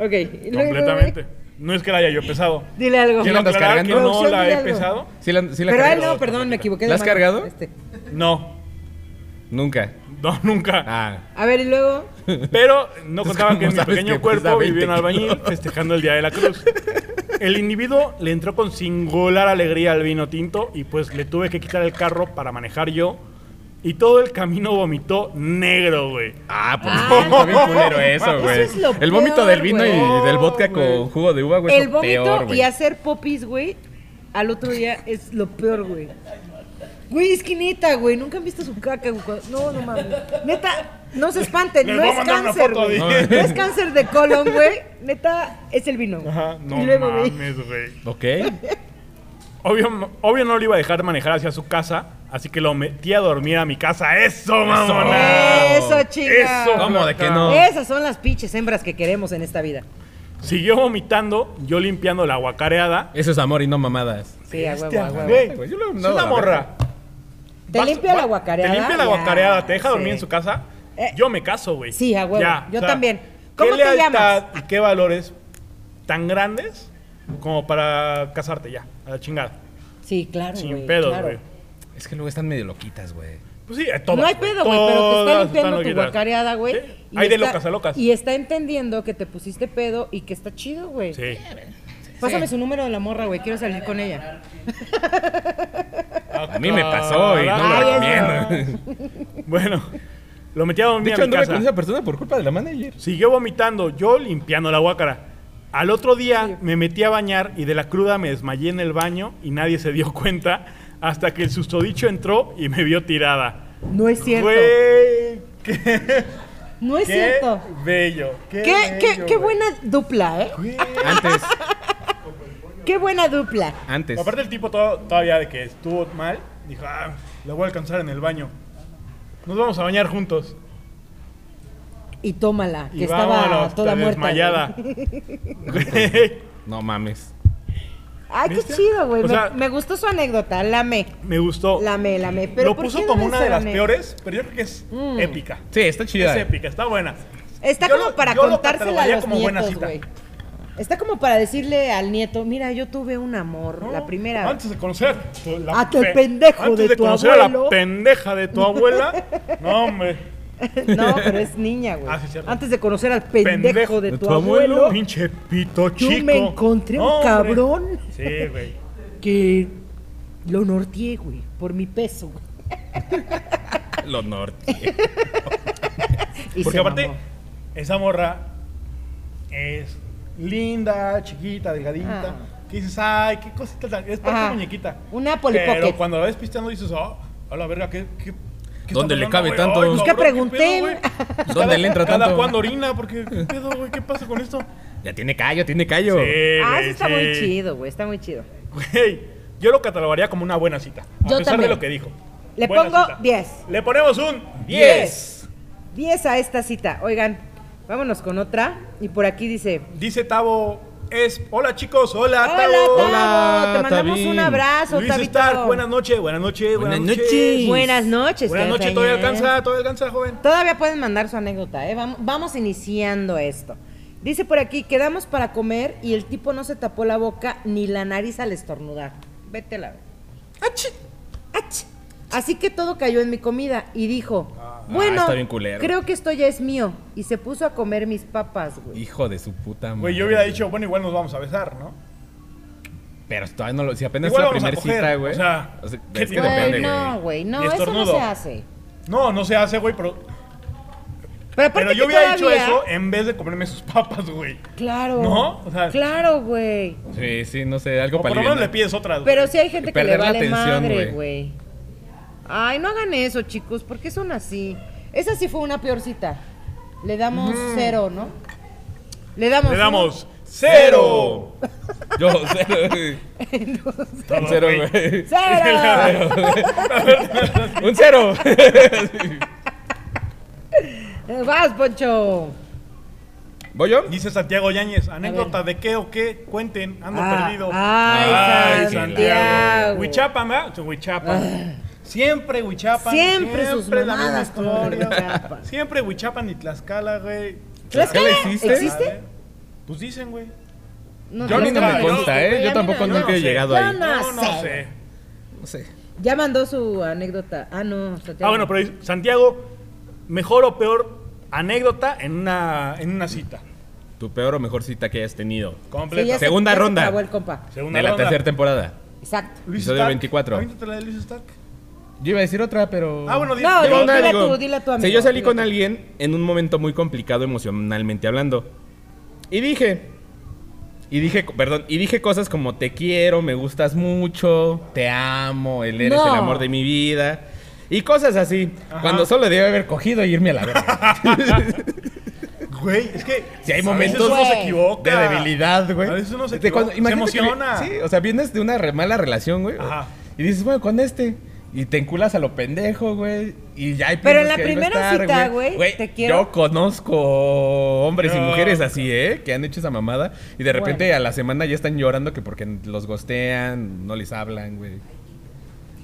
D: Ok. y luego,
B: Completamente. No es que la haya yo pesado.
D: Dile algo.
B: Quiero
C: ¿Sí la andas
B: aclarar que
C: cargando?
B: no
D: Producción,
B: la
D: dile
B: he
D: algo.
B: pesado.
C: Sí la, sí la
D: Pero ay,
C: cargas?
D: no, perdón, me equivoqué. de
C: ¿La has
D: mano.
C: cargado?
D: Este.
B: No,
C: Nunca.
B: no, nunca.
C: Ah.
D: A ver, y luego.
B: Pero no contaba que en mi
C: ¿cómo sabes
B: pequeño
C: que pesa
B: cuerpo vivía
C: 20
B: un albañil
C: kilos?
B: festejando el Día de la Cruz. El individuo le entró con singular alegría al vino tinto y pues le tuve que quitar el carro para manejar yo. Y todo el camino vomitó negro, güey.
C: Ah, por
D: Ah,
C: favor, está bien
B: no.
C: culero
B: Eso
C: eso, güey.
D: es lo
C: el vómito
D: peor,
C: del vino
D: güey.
C: y del vodka con jugo de uva, güey. es
D: El
C: lo
D: vómito
C: peor, güey.
D: y hacer popis, güey, al otro día es lo peor, güey. Güey, es que neta, güey, nunca han visto su caca, güey. No, no mames. Neta, no se espanten,
B: Les
D: no
B: voy a
D: es
B: mandar una
D: cáncer,
B: foto,
D: güey. No
B: dije.
D: es cáncer de colon, güey. Neta, es el vino.
B: Ajá, no
D: Y luego, güey,
B: mames, güey.
C: Ok.
B: Obvio, obvio no lo iba a dejar manejar hacia su casa, así que lo metí a dormir a mi casa. ¡Eso, mamona!
D: Eso, chica.
B: Eso,
C: ¿Cómo de
B: flaca.
C: que no?
D: Esas son las pinches hembras que queremos en esta vida.
B: Siguió vomitando, yo limpiando la guacareada.
C: Eso es amor y no mamadas.
D: Sí, a huevo,
B: Hostia,
D: a huevo.
B: güey,
C: Güey, yo lo-
B: es
C: no,
B: una
C: la
B: morra.
D: Te
B: Vas-
D: limpia
B: va-
D: la guacareada.
B: Te limpia la
D: ya,
B: guacareada, te deja dormir
D: sí.
B: en su casa.
D: Eh,
B: yo me caso, güey.
D: sí, a huevo. Yo también. ¿Cómo
B: ¿Qué
D: te
B: lealtad
D: llamas?
B: y qué valores tan grandes como para casarte ya? A la chingada.
D: Sí, claro,
B: Sin
D: güey,
B: pedos,
D: claro.
B: güey.
C: Es que luego están medio loquitas, güey.
B: Pues sí, eh, todas,
D: no hay
B: güey.
D: pedo, güey, pero te está
B: Todas
D: limpiando
B: están
D: tu
B: loquitas.
D: guacareada, güey.
B: Sí,
D: y
B: Hay de
D: está-
B: locas a locas.
D: Y está entendiendo que te pusiste pedo y que está chido, güey.
B: Sí.
D: Pásame su número de la morra, güey. Quiero salir con ella.
C: A mí me pasó y no lo
D: Ay, eso.
C: recomiendo.
B: Bueno, lo metí a
C: De
B: dormir
C: hecho,
B: a mi
C: anduve
B: casa.
C: con esa persona por culpa de la manager.
B: Siguió vomitando, yo limpiando la guácara. Al otro día me metí a bañar y de la cruda me desmayé en el baño y nadie se dio cuenta hasta que el sustodicho entró y me vio tirada.
D: No es cierto.
B: Güey, qué,
D: no es
B: qué
D: cierto.
B: bello. Qué,
D: Qué, qué-
B: bello,
D: qué
B: güey.
D: buena dupla, ¿eh?
C: Antes,
D: Qué buena dupla.
C: antes.
B: Aparte el tipo to- todavía de que estuvo mal, dijo, ah, la voy a alcanzar en el baño. Nos vamos a bañar juntos.
D: Y tómala, que
B: Y
D: estaba
B: vámonos,
D: toda muerta.
B: desmayada.
D: güey.
B: Güey,
C: No mames.
D: Ay, qué
B: ¿Viste?
D: chido, güey.
B: O
D: Me,
B: sea-
D: me gustó su anécdota. La amé.
B: me gustó.
D: La amé, la amé. Pero
B: lo
D: ¿por
B: puso
D: qué
B: como
D: debe
B: una
D: ser
B: de las
D: amé?
B: peores, pero yo creo que es
D: Mm.
B: épica.
C: Sí, está chida. eh.
B: Es épica, está buena.
D: Está
B: Yo
D: como
B: lo-
D: para
B: yo lo
D: contársela a
B: catalogaría
D: los
B: como buena
D: nietos,
B: cita.
D: güey. Está como para decirle al nieto, mira, yo tuve un amor, la primera vez.
B: Antes de conocer a tu- la
D: A tu
B: pe-
D: pendejo
B: antes
D: de tu
B: conocer a
D: abuelo.
B: la pendeja de tu abuela. No, hombre.
D: No, pero es niña, güey.
B: Ah, sí, cierto.
D: Antes de conocer al pendejo,
B: Pendejo
D: de,
C: de
D: tu,
C: tu
D: abuelo,
C: abuelo.
B: Pinche pito
D: yo
B: chico.
D: me encontré un
B: No, hombre.
D: cabrón
B: Sí, güey.
D: que lo norteé, güey, por mi peso, güey.
C: Lo norte.
D: Y
B: Porque
D: se
B: aparte,
D: mamó.
B: esa morra es linda, chiquita, delgadita.
D: Ah.
B: Que dices, ay, qué cosita tan. Es parte
D: Ajá.
B: muñequita.
D: Una Polly Pocket.
B: Pero cuando la ves pisteando dices, oh, a la verga, ¿qué. qué qué
C: ¿Dónde
B: está
C: le
B: pasando,
C: cabe
B: güey?
C: tanto?
B: Ay,
C: Pues,
D: ¿qué
B: cabrón,
D: pregunté,
B: pedo,
D: güey?
B: güey?
C: ¿Dónde
B: Cada-
C: le entra
B: Cada
C: tanto?
B: cuando orina, porque qué pedo, güey, ¿qué pasa con esto? Eh,
C: Ya tiene callo, tiene callo.
D: Ah,
B: güey,
D: eso está
B: sí.
D: muy chido, güey, está muy chido.
B: Güey, yo lo catalogaría como una buena cita. A
D: Yo
B: pesar
D: también.
B: de lo que dijo.
D: Le
B: Buena
D: pongo
B: cita.
D: 10.
B: Le ponemos un
D: 10. 10 a esta cita. Oigan, vámonos con otra. Y por aquí dice,
B: Dice Tavo, es. Hola chicos, hola,
D: hola,
B: Tavo.
D: Tavo,
C: Hola,
D: te mandamos
C: Tabín.
D: un abrazo,
B: Luis
D: Tabito.
B: Stark, buenas noches, buenas noches,
C: Buenas
B: buenas noches.
C: noches.
D: Buenas noches. ¿eh?
B: Buenas noches,
D: Castañer.
B: todavía alcanza, todavía alcanza, joven.
D: Todavía pueden mandar su anécdota, ¿eh? Vam- Vamos, iniciando esto. Dice por aquí, quedamos para comer y el tipo no se tapó la boca ni la nariz al estornudar. vete a la... ¡Ach! ¡Ach! Así que todo cayó en mi comida y dijo,
B: Ah,
D: bueno,
C: está bien culero.
D: creo que esto ya es mío. Y se puso a comer mis papas, güey.
C: Hijo de su puta madre.
B: Güey, yo hubiera dicho, bueno, igual nos vamos a besar, ¿no?
C: Pero todavía no lo. Si apenas es
B: Igual
C: la
B: vamos a
C: primera
B: coger,
C: cita, güey.
B: o sea, ¿qué
C: es que
B: tiene?
C: depende,
D: Güey,
C: güey.
D: no, güey, no,
B: Y
D: eso no
B: estornudo.
D: se hace.
B: No, no se hace, güey, pero,
D: Pero, aparte
B: pero
D: que
B: yo hubiera hecho
D: todavía-
B: eso en vez de comerme sus papas, güey.
D: Claro.
B: ¿No? O sea-
D: claro, güey.
C: Sí, sí, no sé, algo
B: O por
C: para
B: lo menos
C: alivianar.
B: le pides otras, güey.
D: Pero sí hay gente que le
C: Perder la
D: vale
C: atención,
D: madre,
C: güey.
D: güey. Ay, no hagan eso, chicos, porque son así. Esa sí fue una peor cita. Le damos
C: Mm.
D: cero, ¿no? Le damos.
B: Le damos
C: ¡Cero!
B: cero.
C: Yo, cero, güey. Un cero, güey. Un
D: ¡Cero!
C: cero.
D: ¡Vas, Poncho!
C: ¿Voy yo?
B: Dice Santiago Yáñez, anécdota de qué o qué, cuenten, ando
D: Ah,
B: perdido.
D: ay,
C: Santiago.
B: Huichapan, ¿verdad? Su Huichapan. Siempre Huichapan.
D: Siempre sus
B: la misma
D: mamadas con
B: historia.
D: Huichapan.
B: Siempre Huichapan y Tlaxcala, güey.
D: ¿Tlaxcala
C: ¿Tlaxcala existe?
D: existe?
B: Pues dicen, güey.
D: No,
C: Yo a mí no
D: Tlaxcala
C: me
B: Yo-
C: consta,
D: existe,
C: ¿eh? Yo
D: güey, a mí
C: tampoco
D: no,
B: yo
C: nunca he
B: no sé.
C: llegado
D: Yo
C: ahí.
D: no.
B: No, no
D: sé.
B: sé.
C: No sé.
D: Ya mandó su anécdota. Ah, no. Santiago.
B: Ah, bueno, pero dice, Santiago, mejor o peor anécdota en una, en una cita.
C: Tu peor o mejor cita que hayas tenido.
D: Sí, ya
B: Completa.
D: se-
C: Segunda
D: ya se
C: ronda.
D: acabó el compa.
B: Segunda
C: de la
B: ronda.
C: tercera temporada.
D: Exacto.
B: Luis
C: episodio
B: Stark.
C: 24.
B: Aviéntate la de Luis Stark.
C: Yo iba a decir otra, pero.
B: Ah, bueno, di-
D: No,
B: di-
D: no,
C: una,
D: dila
C: digo,
D: tú, dila tú,
C: Si
D: amigo,
C: yo salí
D: dila
C: con
D: tú.
C: alguien en un momento muy complicado emocionalmente hablando. Y dije. Y dije, co- perdón, y dije cosas como te quiero, me gustas mucho, te amo, él eres
D: No.
C: el amor de mi vida. Y cosas así. Cuando solo debía haber cogido e irme a la verga.
B: Güey, es que.
C: Si hay
B: a veces
C: momentos
B: uno se
D: güey,
B: equivoca.
C: De debilidad, güey.
B: A veces uno se
C: De cuando-
B: equivoca, se
C: imagínate que-
B: emociona.
C: sí, o sea, vienes de una re- mala relación, güey.
B: Ajá.
C: Y dices, bueno, con este. Y te enculas a lo pendejo, güey. Y ya hay
D: Pero
C: primos
D: en la
C: que ahí va a
D: primera cita, güey, te quiero-
C: Yo conozco hombres y
B: No.
C: mujeres así, ¿eh? Que han hecho esa mamada. Y de repente
D: Bueno.
C: a la semana ya están llorando que porque los gostean, no les hablan, güey.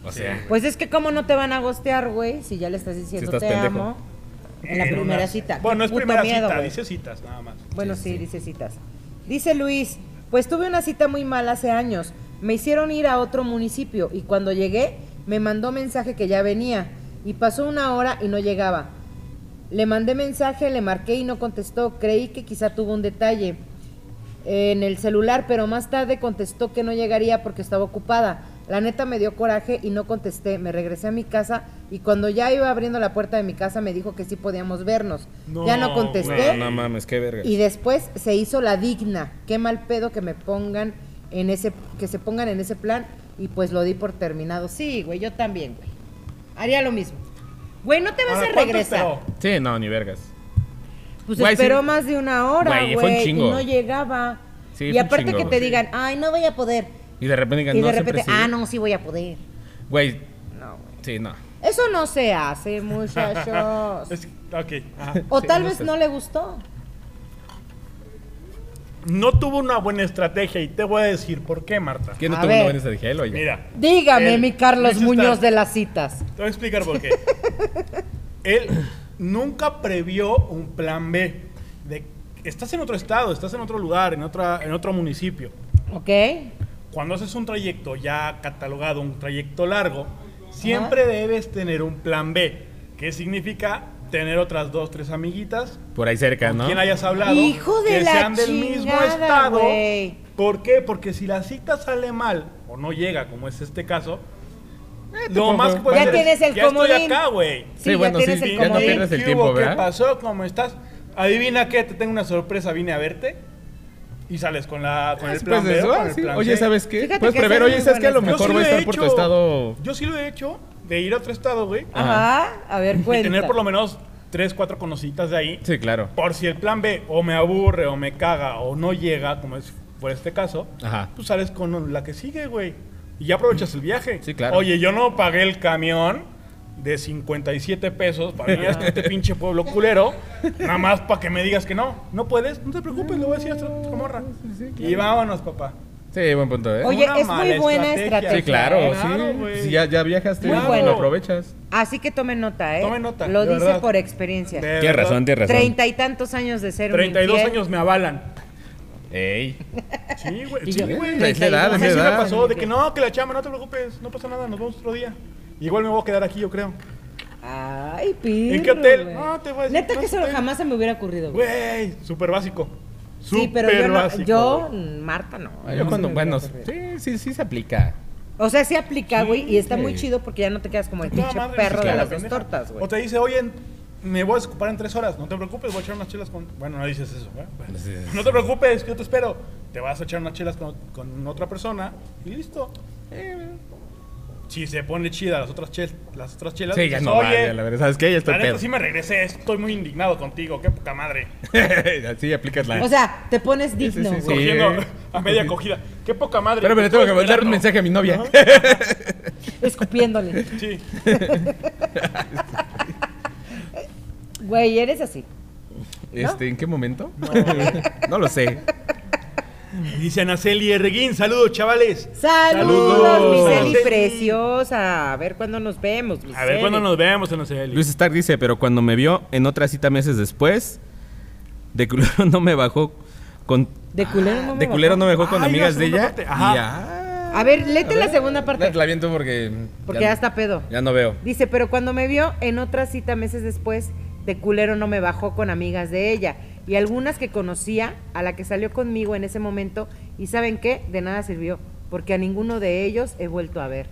C: O sea,
D: Pues es que cómo no te van a gostear, güey, si ya le estás diciendo
C: estás
D: te
C: pendejo.
D: amo en la
B: En
D: primera
B: una-
D: cita.
B: Bueno, no es
D: Puto
B: primera
D: miedo,
B: cita,
D: güey.
B: dice citas, nada más.
D: Bueno, sí, dice citas. Dice Luis, pues tuve una cita muy mala hace años. Me hicieron ir a otro municipio y cuando llegué me mandó mensaje que ya venía y pasó una hora y no llegaba. Le mandé mensaje, le marqué y no contestó. Creí que quizá tuvo un detalle eh, en el celular, pero más tarde contestó que no llegaría porque estaba ocupada. La neta me dio coraje y no contesté. Me regresé a mi casa y cuando ya iba abriendo la puerta de mi casa me dijo que sí podíamos vernos.
B: No,
D: ya no contesté.
C: no, no mames, qué verga.
D: Y después se hizo la digna. Qué mal pedo que me pongan en ese, que se pongan en ese plan y pues lo di por terminado. Sí, güey, yo también, güey. Haría lo mismo. Güey, no te vas
B: Ahora,
D: a
B: ¿cuánto
D: regresar.
B: esperó?
C: Sí, no, ni vergas.
D: Pues
C: Güey,
D: esperó
C: sí.
D: más de una hora,
C: Güey,
D: güey,
C: fue un
D: y
C: chingo.
D: no llegaba.
C: Sí,
D: y
C: fue un
D: aparte
C: chingo,
D: que te
C: güey.
D: digan, ay, no voy a poder.
C: Y de repente digan,
D: y
C: no,
D: de
C: siempre
D: repente,
C: sí.
D: ah, no, sí voy a poder.
C: Güey,
D: No, güey.
C: sí, no.
D: Eso no se hace, muchachos.
B: Es- ok, ajá.
D: o
C: sí,
D: tal
C: no
D: vez
C: sé.
D: no le gustó.
B: No tuvo una buena estrategia y te voy a decir por qué, Marta.
C: ¿Quién no
D: A
C: tuvo
D: ver.
C: una buena estrategia? Él o yo?
B: Mira.
D: Dígame,
B: él-
D: mi Carlos
B: Luis
D: Muñoz
B: Stark,
D: de las citas.
B: Te voy a explicar por qué. él nunca previó un plan B. De, estás en otro estado, estás en otro lugar, en, otra, en otro municipio.
D: ¿Ok?
B: Cuando haces un trayecto ya catalogado, un trayecto largo, siempre debes tener un plan B. ¿Qué significa? Tener otras dos, tres amiguitas
C: Por ahí cerca,
B: con
C: ¿no?
B: quien hayas hablado
D: Hijo de
B: que
D: la
B: sean del mismo
D: chingada,
B: estado.
D: güey.
B: ¿Por qué? Porque si la cita sale mal o no llega, como es este caso, lo
C: tampoco.
B: más pues, que puedes
D: Ya
B: hacer es,
D: tienes el
B: ya estoy
D: comodín".
B: acá, güey.
D: Eh, Sí,
C: Sí, bueno,
D: ya tienes
C: sí,
D: el
C: ya no
D: comodín.
C: pierdes el
B: ¿Qué
C: tiempo,
B: hubo? ¿Qué
C: ¿verdad?
B: pasó? ¿Cómo estás? Adivina qué, te tengo una sorpresa, vine a verte y sales con la con el plan
C: Después de
B: B o
C: eso,
B: con
C: ah,
B: el
C: sí.
B: plan
C: Oye,
B: C.
C: ¿sabes qué?
D: Fíjate
C: Puedes
D: que
C: prever,
D: esa es
C: oye,
D: muy
C: ¿sabes que a lo
D: buena.
B: Yo
C: mejor
B: sí
C: voy a
B: lo he
C: estar por tu
B: hecho.
C: estado?
B: Yo sí lo he hecho de ir a otro estado, güey,
D: Ajá, a ver,
B: y
D: cuenta.
B: tener por lo menos tres, cuatro conocitas de ahí.
C: Sí, claro.
B: Por si el plan B o me aburre o me caga o no llega, como es por este caso,
C: Ajá.
B: pues sales con la que sigue, güey. Y ya aprovechas el viaje.
C: Sí, claro.
B: Oye, yo no pagué el camión de 57 pesos para ir hasta este pinche pueblo culero, nada más para que me digas que no. No puedes, no te preocupes, lo voy a decir a esta otra morra. Y vámonos, papá.
C: Sí, buen punto, ¿eh?
D: Oye,
B: Una
D: es muy
B: mala
D: buena estrategia.
C: sí, claro,
B: Claro, güey.
C: sí. Si ya, ya viajaste,
B: Muy bueno.
C: lo aprovechas.
D: Así que tomen nota, ¿eh?
B: Tomen nota,
D: Lo
B: de
D: dice
B: verdad.
D: por experiencia.
B: De
C: Tienes
B: verdad.
C: razón, tienes razón.
D: Treinta y tantos años de ser un
B: 32
D: infiel.
B: años me avalan.
C: Ey.
B: Sí, güey.
D: Y
B: Sí,
D: yo,
B: güey.
C: Es la edad,
B: A
C: es
B: mí
C: la
B: sí me
C: edad.
B: pasó de que no, que la chamba, no te preocupes, no pasa nada, nos vemos otro día. Igual me voy a quedar aquí, yo creo.
D: Ay, pirro.
B: ¿En qué hotel?
D: güey.
B: No, te voy a decir,
D: Neta
B: no
D: que
B: es
D: eso
B: hotel.
D: jamás se me hubiera ocurrido. güey.
B: Güey, súper básico.
D: Sí, pero yo,
B: Súper
D: no-
B: básico.
D: yo, mm,
B: güey.
D: Marta, no.
C: Ah,
D: No
C: Yo
D: se
C: cuando,
D: me hubiera
C: bueno,
D: ocurrido.
C: sí, sí, sí se aplica.
D: O sea, sí aplica, güey, y está muy
C: sí.
D: chido porque ya no te quedas como el
B: Toda
D: pinche
B: madre,
D: perro
B: sí,
D: de
B: claro,
D: las dos
B: pendeja.
D: tortas, güey.
B: O te dice, oye, me voy a desocupar en tres horas, no te preocupes, voy a echar unas chelas con... Bueno, no dices eso, ¿eh?
C: Sí, sí,
B: No te preocupes, yo te espero. Te vas a echar unas chelas con, con otra persona y listo. Si se pone chida las otras, chel- las otras chelas,
C: Sí, ya
B: dices,
C: no
B: oye,
C: vale, la verdad. ¿Sabes qué? Ya estoy
B: la neta
C: Este pedo.
B: sí me regresé, estoy muy indignado contigo, qué poca madre.
C: Sí, aplicas la.
D: O sea, te pones
C: sí,
D: digno,
C: sí, sí.
D: güey.
B: Cogiendo a media cogida, qué poca madre.
C: Espérame, le tengo que mandar un mensaje a mi novia.
D: Escupiéndole.
B: Sí,
D: Güey, eres así.
C: Este, ¿en qué momento? No lo sé.
B: dice Anaceli Erguín, saludos chavales.
D: Saludos,
B: Saludos.
D: mi Celi
B: Saludos.
D: preciosa. A ver cuándo nos vemos, mi
B: A ver,
D: Celi.
B: ¿cuándo nos vemos, Anaceli?
C: Luis Stark dice, pero cuando me vio en otra cita meses después, de culero no me bajó con...
D: De culero
B: Ah,
D: no me
C: de culero
D: bajó.
C: no me bajó con
B: Ay, la
C: amigas de
B: segunda
C: ella.
B: parte,
C: y
B: ajá.
C: ya.
D: A ver, léete la segunda parte.
C: La viento porque...
D: Porque ya está pedo.
C: Ya no veo.
D: Dice, pero cuando me vio en otra cita meses después, de culero no me bajó con amigas de ella. Y algunas que conocía, a la que salió conmigo en ese momento, y ¿saben qué? De nada sirvió, porque a ninguno de ellos he vuelto a ver.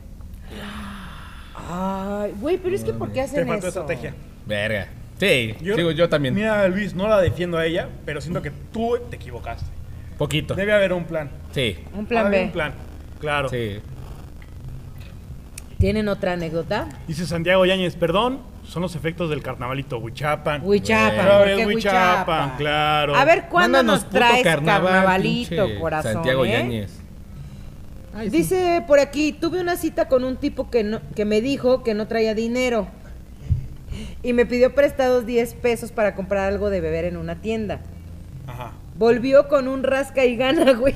D: Ay, güey, pero es que ¿por qué
B: Mm. Te
D: hacen
B: faltó
D: eso?
B: estrategia.
C: Verga. Sí, digo yo también.
B: Mira, Luis, no la defiendo a ella, pero siento que tú te equivocaste.
C: Poquito.
B: Debe haber un plan.
C: Sí.
D: Un plan
B: Debe haber
D: B.
B: Un plan, claro.
C: Sí.
D: ¿Tienen otra anécdota?
B: Dice Santiago Yáñez, perdón, son los efectos del carnavalito Huichapan.
D: Huichapan,
B: Otra
D: ¿por
B: vez
D: qué
B: Huichapan,
D: Huichapan?
B: claro.
D: A ver, ¿cuándo
C: Mándanos
D: nos
C: puto
D: traes
C: carnaval,
D: carnavalito,
C: pinche
D: corazón?
C: Santiago
D: eh?
C: Yáñez.
D: Dice por aquí, tuve una cita con un tipo que, no, que me dijo que no traía dinero y me pidió prestados 10 pesos para comprar algo de beber en una tienda.
B: Ajá.
D: Volvió con un rasca y gana, güey.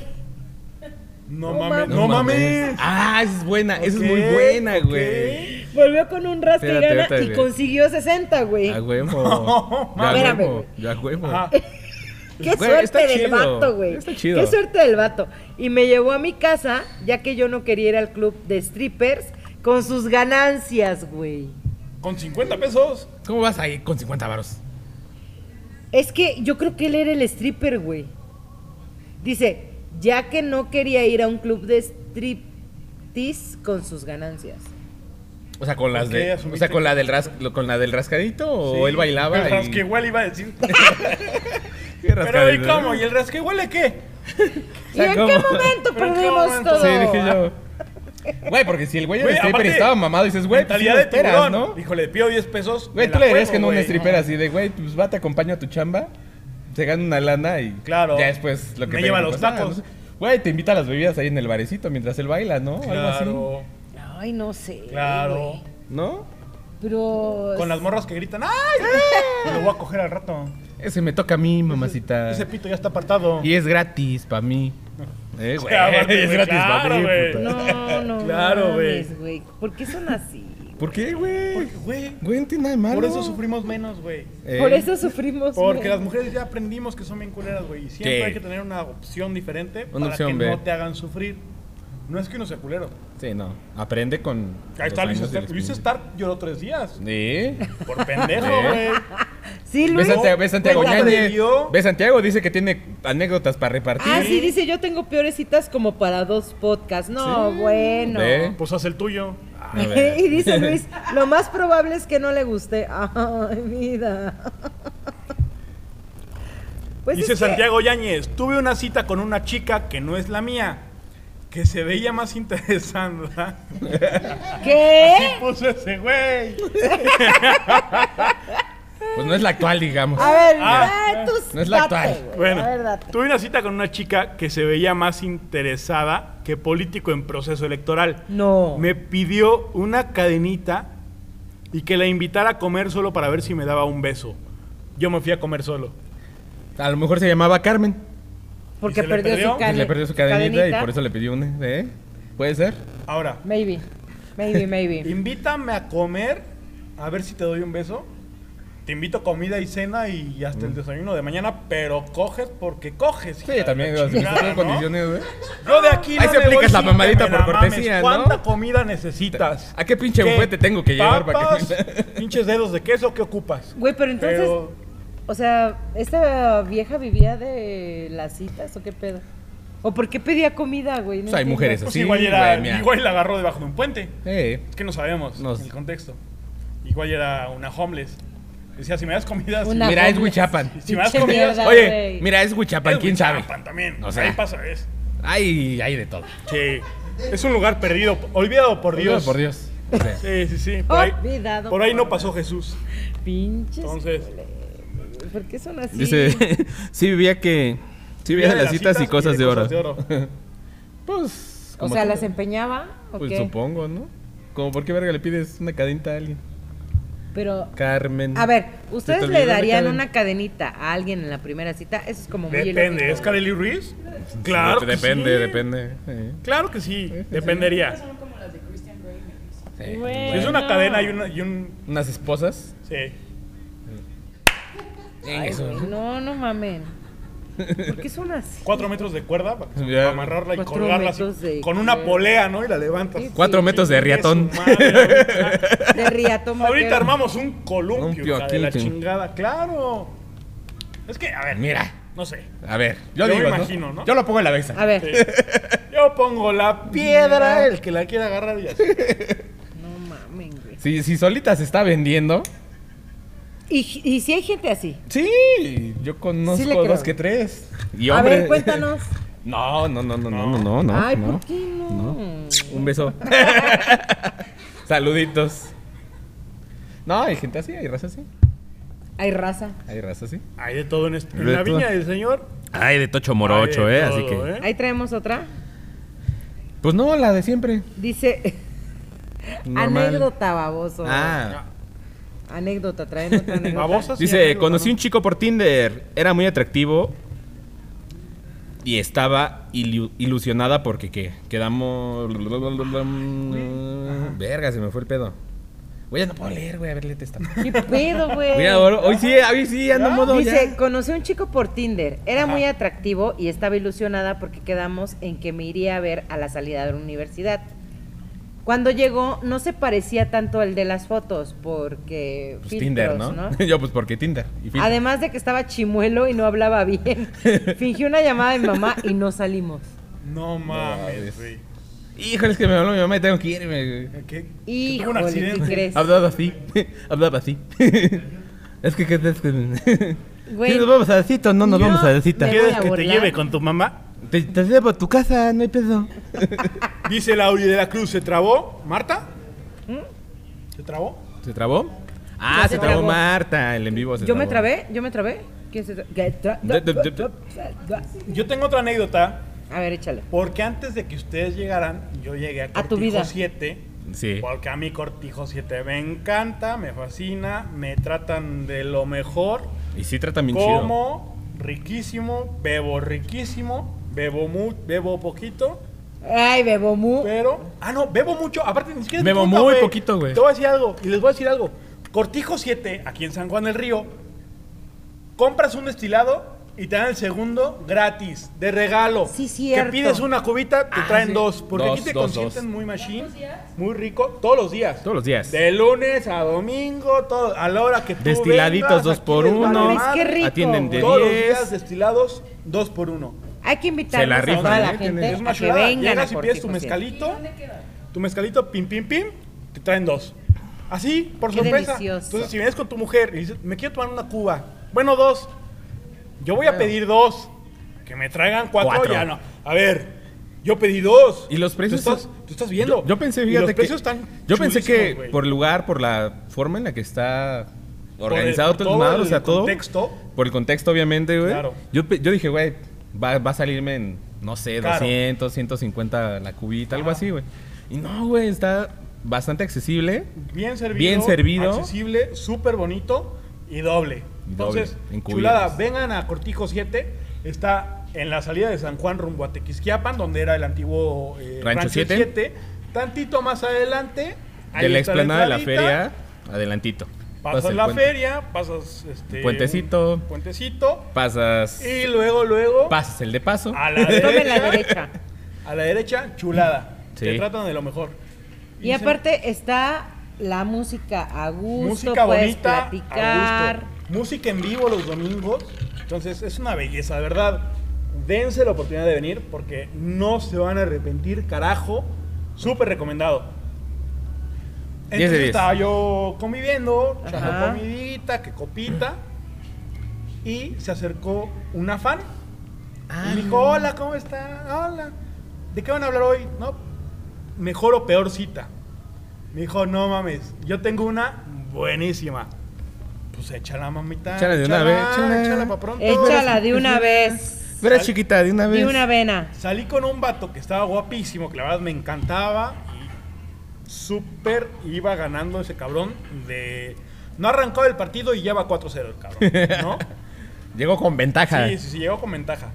B: No,
D: No
B: mames,
D: mames.
B: no mames.
C: Ah, esa es buena. Esa es
B: Ok,
C: muy buena,
B: ok.
C: güey.
D: Volvió con un rasca
C: Espérate, Ah,
D: y gana
C: espérate,
D: y
C: güey.
D: consiguió 60, güey.
C: A huevo.
B: No, Ah,
C: Ya a
D: espérame,
C: huevo.
D: güey.
C: Ya a huevo.
B: Ajá.
D: Qué
C: Güey,
D: suerte
C: está
D: del
C: chido,
D: vato, güey.
C: está chido.
D: Qué suerte del vato. Y me llevó a mi casa, ya que yo no quería ir al club de strippers con sus ganancias, güey.
B: Con 50 pesos.
C: ¿Cómo vas ahí con 50 varos?
D: Es que yo creo que él era el stripper, güey. Dice, ya que no quería ir a un club de striptease con sus ganancias.
C: O sea, con las
B: Ok,
C: de, o
B: asumiste
C: sea, con la del ras- lo- con la del rascadito o
B: Sí.
C: él bailaba.
B: El
C: y-
B: rasquehuele iba a decir.
C: ¿Qué
B: Pero ¿y
C: rascadito?
B: cómo? ¿Y el rasquehuele qué?
D: ¿Y en
C: ¿cómo?
D: qué momento
B: ¿Pero en qué
D: perdimos
B: momento?
D: todo?
C: Sí, dije yo. Güey, porque si el güey
B: Güey,
C: era stripper
B: aparte,
C: y estaba mamado, dices, güey, pues sí
B: Mentalidad
C: lo
B: de
C: esperas,
B: tiburón.
C: ¿no?
B: Híjole, pido 10 pesos.
C: Güey,
B: me la
C: tú le dirías
B: juego,
C: que no a un
B: güey.
C: stripper así de, güey, pues va, te acompaño a tu chamba, se gana una lana y
B: Claro.
C: ya después lo que
B: Me
C: tenga
B: lleva a
C: que
B: los
C: pasar,
B: tacos.
C: "Ah, ¿no? Güey, te invita a las bebidas ahí en el barecito mientras él baila, ¿no? Algo así.
B: Claro,
D: Ay, no sé.
B: claro.
D: güey. pues.
C: ¿No?
D: Pero...
B: Con las morras que gritan, ¡ay! ay, Lo voy a coger al rato.
C: Ese me toca a mí, mamacita.
B: Ese pito ya está apartado.
C: Y es gratis para mí. Eh, güey,
B: aparte,
C: es
B: güey,
C: gratis
B: claro,
C: para mí,
B: güey.
C: puta.
D: No, no.
B: Claro, güey.
D: mames, güey. ¿Por qué son así?
C: ¿Por qué, güey?
B: Porque, güey,
C: Güey, no tiene nada de malo.
B: por eso sufrimos menos, güey.
C: Eh,
D: Por eso sufrimos.
B: Porque
D: güey.
B: las mujeres ya aprendimos que son bien culeras, güey. Y siempre
C: Sí.
B: hay que tener una opción diferente
C: Una
B: para
C: opción
B: que
C: B.
B: no te hagan sufrir. No es que uno sea culero.
C: Sí, no. Aprende con.
B: Ahí está
C: los
B: Luis
C: años de la
B: Stark. Luis
C: experiencia.
B: Stark lloró tres días.
C: Sí.
B: Por pendejo,
C: Sí.
B: güey.
D: Sí,
C: Ve
D: Luis.
C: Santiago, ve Santiago
B: Güey, la
C: Ñañez.
B: previó.
C: Ve Santiago, dice que tiene anécdotas para repartir.
D: Ah, sí, dice, yo tengo peores citas como para dos podcasts. No,
C: Sí.
D: bueno.
C: Ve.
B: Pues haz el tuyo.
C: A ver.
D: Ah, y dice Luis, lo más probable es que no le guste. Ay, mira. Pues
B: Dice
D: es que-
B: Santiago Yáñez, tuve una cita con una chica que no es la mía, que se veía más interesante.
D: ¿Qué?
B: Puso ese güey.
C: Pues no es la actual, digamos.
D: A ver,
B: Ah.
D: ah, tus
C: No es la
D: date,
C: actual.
D: güey.
B: Bueno,
D: A ver, date.
B: tuve una cita con una chica que se veía más interesada que político en proceso electoral.
D: No.
B: Me pidió una cadenita y que la invitara a comer solo para ver si me daba un beso. Yo me fui a comer solo.
C: A lo mejor se llamaba Carmen.
D: Porque
B: ¿Y se le
D: perdió,
B: perdió?
D: su
B: Se
C: Pues
D: cadena.
C: le perdió su cadenita, y por eso le pidió una. ¿Eh? ¿Puede ser?
B: Ahora,
D: Maybe, maybe, maybe.
B: invítame a comer a ver si te doy un beso. te invito a comida y cena y hasta el desayuno de mañana, pero coges porque coges. hija de
C: Sí,
B: la
C: también, güey, si
B: chingada,
C: estás en
B: ¿no?
C: condiciones, güey.
B: Yo de aquí
C: Ahí
B: no
C: se
B: me
C: aplica
B: voy
C: esa
B: sin que
C: mamadita
B: me la
C: por
B: mames.
C: cortesía, ¿no?
B: ¿Cuánta comida necesitas?
C: ¿A qué pinche bufete tengo que llevar para que
B: papas,
C: me-
B: pinches dedos de queso, ¿qué ocupas?
D: Güey, pero entonces.
B: Pero-
D: O sea, ¿esta vieja vivía de las citas o qué pedo? ¿O por qué pedía comida, güey? No
C: Pues hay
D: entiendo.
C: mujeres
B: Pues
C: Sí,
B: igual, era,
C: güey, mira.
B: igual la agarró debajo de un puente.
C: Eh,
B: Es que no sabemos
C: No sé.
B: el contexto. Igual era una homeless. Decía, si me das comida... si-
D: Una
C: Mira, es
D: homeless.
C: Huichapan.
B: Si me das
D: Pinche
B: comida-
D: mierda,
C: Oye,
D: güey.
C: mira, es Huichapan,
B: Es
C: quién sabe.
B: Huichapan también.
C: O
B: O
C: sea.
B: sea, ahí pasa es.
C: Hay, hay de todo.
B: Sí. Es un lugar perdido, olvidado por Dios.
C: Por Dios. O sea,
B: Sí, sí, sí. Por ahí,
D: Olvidado
B: por ahí
D: por
B: no
D: Dios.
B: pasó Jesús.
D: Pinches.
B: Entonces-
D: culeros. ¿Por qué son así?
C: Dice, sí vivía que... Sí vivía de las citas y cosas de oro. Pues...
D: O
C: como
D: sea,
C: tú.
D: ¿las empeñaba? ¿O
C: Pues
D: qué?
C: supongo, ¿no? Como, ¿por qué verga le pides una cadenita a alguien?
D: Pero.
C: Carmen.
D: A ver,
C: ¿Se
D: ¿ustedes
C: te
D: le
C: olvidó la
D: darían
C: cadena?
D: una cadenita a alguien en la primera cita? Eso es como muy
B: Depende,
D: ilógico.
B: ¿es Kareli Ruiz? Claro. que
C: Depende,
B: sí.
C: depende. eh.
B: Claro que sí, dependería.
C: Sí. Pues,
B: Si es una cadena y, una- y un.
C: Unas esposas.
B: Sí.
D: Ay, güey, No, no mamen. ¿Por qué son así?
B: Cuatro metros de cuerda para
C: Ya.
B: amarrarla y
D: Cuatro
B: colgarla así,
D: metros de
B: con una
D: cuerda.
B: polea, ¿no? Y la levantas.
D: Sí,
C: Cuatro metros de riatón.
B: Su madre, ahorita.
D: De riatón.
B: Ahorita
D: vaquero.
B: armamos un columpio,
C: Columpio
B: hija de la
C: aquí, sí.
B: chingada, claro. Es que, a ver,
C: Mira.
B: no sé.
C: A ver, yo,
B: Yo
C: digo,
B: me
C: ¿no?
B: imagino, ¿no?
C: Yo lo pongo en la mesa.
D: A ver.
B: Sí. Yo pongo la piedra, el que la quiera agarrar y así.
D: No mamen, güey.
C: Si, si solita se está vendiendo.
D: Y, y si hay gente así.
C: Sí, yo conozco
D: Sí le creo.
C: dos que tres. Y
D: A
C: hombre-
D: ver, cuéntanos.
C: No, no, no, no, no, no, no, no.
D: Ay,
C: no.
D: ¿por qué no?
C: Un beso. Saluditos. No, hay gente así, hay raza así.
D: Hay raza.
C: Hay raza así.
B: Hay de todo en, este- en
C: De
B: la
C: todo.
B: viña del señor.
C: Hay de tocho
B: hay de todo, ¿eh?
D: Ahí traemos otra.
C: Pues no, la de siempre.
D: Dice.
C: Normal.
D: Anécdota baboso.
C: Ah.
D: Anécdota, traen otra anécdota.
B: Babosas y
C: Dice,
B: amigos,
C: conocí
B: ¿no?
C: un chico por Tinder, era muy atractivo y estaba ilu- ilusionada porque ¿qué? quedamos... Verga, se me fue el pedo. Güey, ya no puedo leer, güey, a ver, léete esta.
D: ¿Qué pedo, güey? Ah,
C: Güey, ahora- hoy sí, hoy sí, ando en modo ya.
D: Dice, conocí a un chico por Tinder. Era muy atractivo y estaba ilusionada porque quedamos en que me iría a ver a la salida de la universidad. Cuando llegó, no se parecía tanto al de las fotos porque
C: Pues Tinder,
D: filtros,
C: ¿no? Yo pues porque Tinder. y filtro.
D: Además de que estaba chimuelo y no hablaba bien. Fingí una llamada de mi mamá y no salimos.
B: No mames,
C: mames.
B: güey.
C: Híjole, es que me habló mi mamá y tengo que irme. güey.
B: ¿Qué- ¿Qué?
D: Híjole,
B: tuvo un accidente.
D: ¿qué crees?
C: Hablaba así, hablaba así. es que, ¿qué es que...
D: Güey.
C: Sí, nos vamos a la cita o no nos
D: Yo
C: vamos a la cita?
D: me voy
B: ¿Quieres
D: a
B: que te
D: burlar.
B: lleve con tu mamá?
C: Te, te llevo a tu casa, no hay pedo.
B: Dice Lauri de la Cruz, ¿se trabó? ¿Marta?
D: ¿Mm?
B: ¿Se trabó?
C: ¿Se trabó? Ah,
D: Ya
C: se
D: se
C: trabó
D: trabó.
C: Marta, el en vivo se
D: Yo me
C: trabó.
D: trabé, yo me trabé. ¿Quién se tra- que tra-
C: De- de- de- de-
B: Yo tengo otra anécdota,
D: A ver, échale.
B: porque antes de que ustedes llegaran, yo llegué a
D: A
B: Cortijo
D: tu vida.
B: 7.
C: Sí.
B: Porque a mí Cortijo 7 me encanta, me fascina, me tratan de lo mejor.
C: Y sí trata bien chido.
B: Como riquísimo, bebo riquísimo, bebo mu bebo poquito,
D: Ay, bebo mu.
B: pero ah no, bebo mucho, aparte ni siquiera es mi
C: Bebo
B: culpa,
C: muy
B: güey.
C: poquito, güey.
B: Te voy a decir algo y les voy a decir algo. Cortijo 7 aquí en San Juan del Río compras un destilado y te dan el segundo gratis, de regalo.
D: Sí, cierto.
B: Que pides una cubita, te
C: Ah,
B: traen
C: sí.
B: dos. Porque
C: Dos,
B: aquí te
C: dos,
B: consienten
C: dos.
B: muy machine, muy rico, todos los días.
C: Todos los días.
B: De lunes a domingo, todo, a la hora que tú
C: Destiladitos
B: vengas,
C: dos
B: aquí
C: por
B: les vale
C: uno.
D: Mames, qué rico,
C: Atienden de
D: güey.
B: todos los
C: 10.
B: días destilados, dos por uno.
D: Hay que
C: Se
D: invitar
C: la
D: a
C: rifan,
D: toda la
C: ¿eh?
D: gente
C: Tienen-
B: Es una
D: a que
B: chulada.
D: vengan a
B: Llegas y pides
D: Cortijo
B: tu
D: Siete.
B: mezcalito, tu mezcalito, pim, pim, pim, te traen dos. Así, por
D: Qué
B: sorpresa.
D: delicioso.
B: Entonces, si vienes con tu mujer y dices, me quiero tomar una cuba, bueno, dos. Yo voy a pedir dos. Que me traigan cuatro,
C: Cuatro.
B: ya no. A ver, yo pedí dos.
C: Y los precios
B: Tú estás,
C: son-
B: tú estás viendo.
C: Yo, yo pensé,
B: Y
C: fíjate
B: los
C: que.
B: precios están
C: yo pensé que
B: chulísimos, güey.
C: por el lugar, por la forma en la que está
B: Por
C: organizado
B: el-
C: todo el desmadre, o sea,
B: el
C: todo.
B: contexto.
C: Por el contexto, obviamente, güey.
B: Claro.
C: Yo, pe- yo dije, güey, va, va a salirme en, no sé,
B: Caro.
C: 200, 150 la cubita, algo así, güey. Y no, güey, está bastante accesible.
B: Bien servido.
C: Bien servido.
B: Accesible, súper bonito y doble.
C: Y doble,
B: Entonces,
C: en cubillas.
B: chulada, vengan a Cortijo 7. Está en la salida de San Juan rumbo a Tequisquiapan, donde era el antiguo eh,
C: Rancho 7.
B: Tantito más adelante. ahí
C: de la
B: está
C: explanada de la
B: entradita.
C: feria, adelantito.
B: Pasas
C: Pasas el
B: la
C: puente.
B: feria, pasas este
C: Puentecito.
B: un puentecito
C: Pasas.
B: y luego luego
C: Pasas el de paso.
B: a la
D: Tomen la
B: derecha,
D: derecha.
B: a la derecha chulada.
C: Sí.
B: Te tratan de lo mejor.
D: Y
B: dicen,
D: aparte está la música a gusto,
B: música
D: puedes
B: bonita, a
D: platicar.
B: gusto. música en vivo los domingos. Entonces, es una belleza, de verdad. Dense la oportunidad de venir porque no se van a arrepentir, carajo. Súper recomendado.
C: 10 de 10.
B: Entonces estaba yo conviviendo,
D: Ajá.
B: echando comidita, que copita. Y se acercó una fan.
D: Ah.
B: y me dijo, hola, ¿cómo está? Hola. ¿De qué van a hablar hoy? No, mejor o peor cita. Me dijo, no mames, yo tengo una buenísima. Pues échala, mamita.
C: Échala de una vez, échala.
B: Échala para pronto.
D: Échala de una vez.
C: Verás, chiquita, de una vez.
D: De una vena.
B: Salí con un vato que estaba guapísimo, que la verdad me encantaba. Y súper iba ganando ese cabrón de... No arrancó el partido y lleva 4-0 el cabrón, ¿no?
C: Llegó con ventaja.
B: Sí, sí, sí, llegó con ventaja.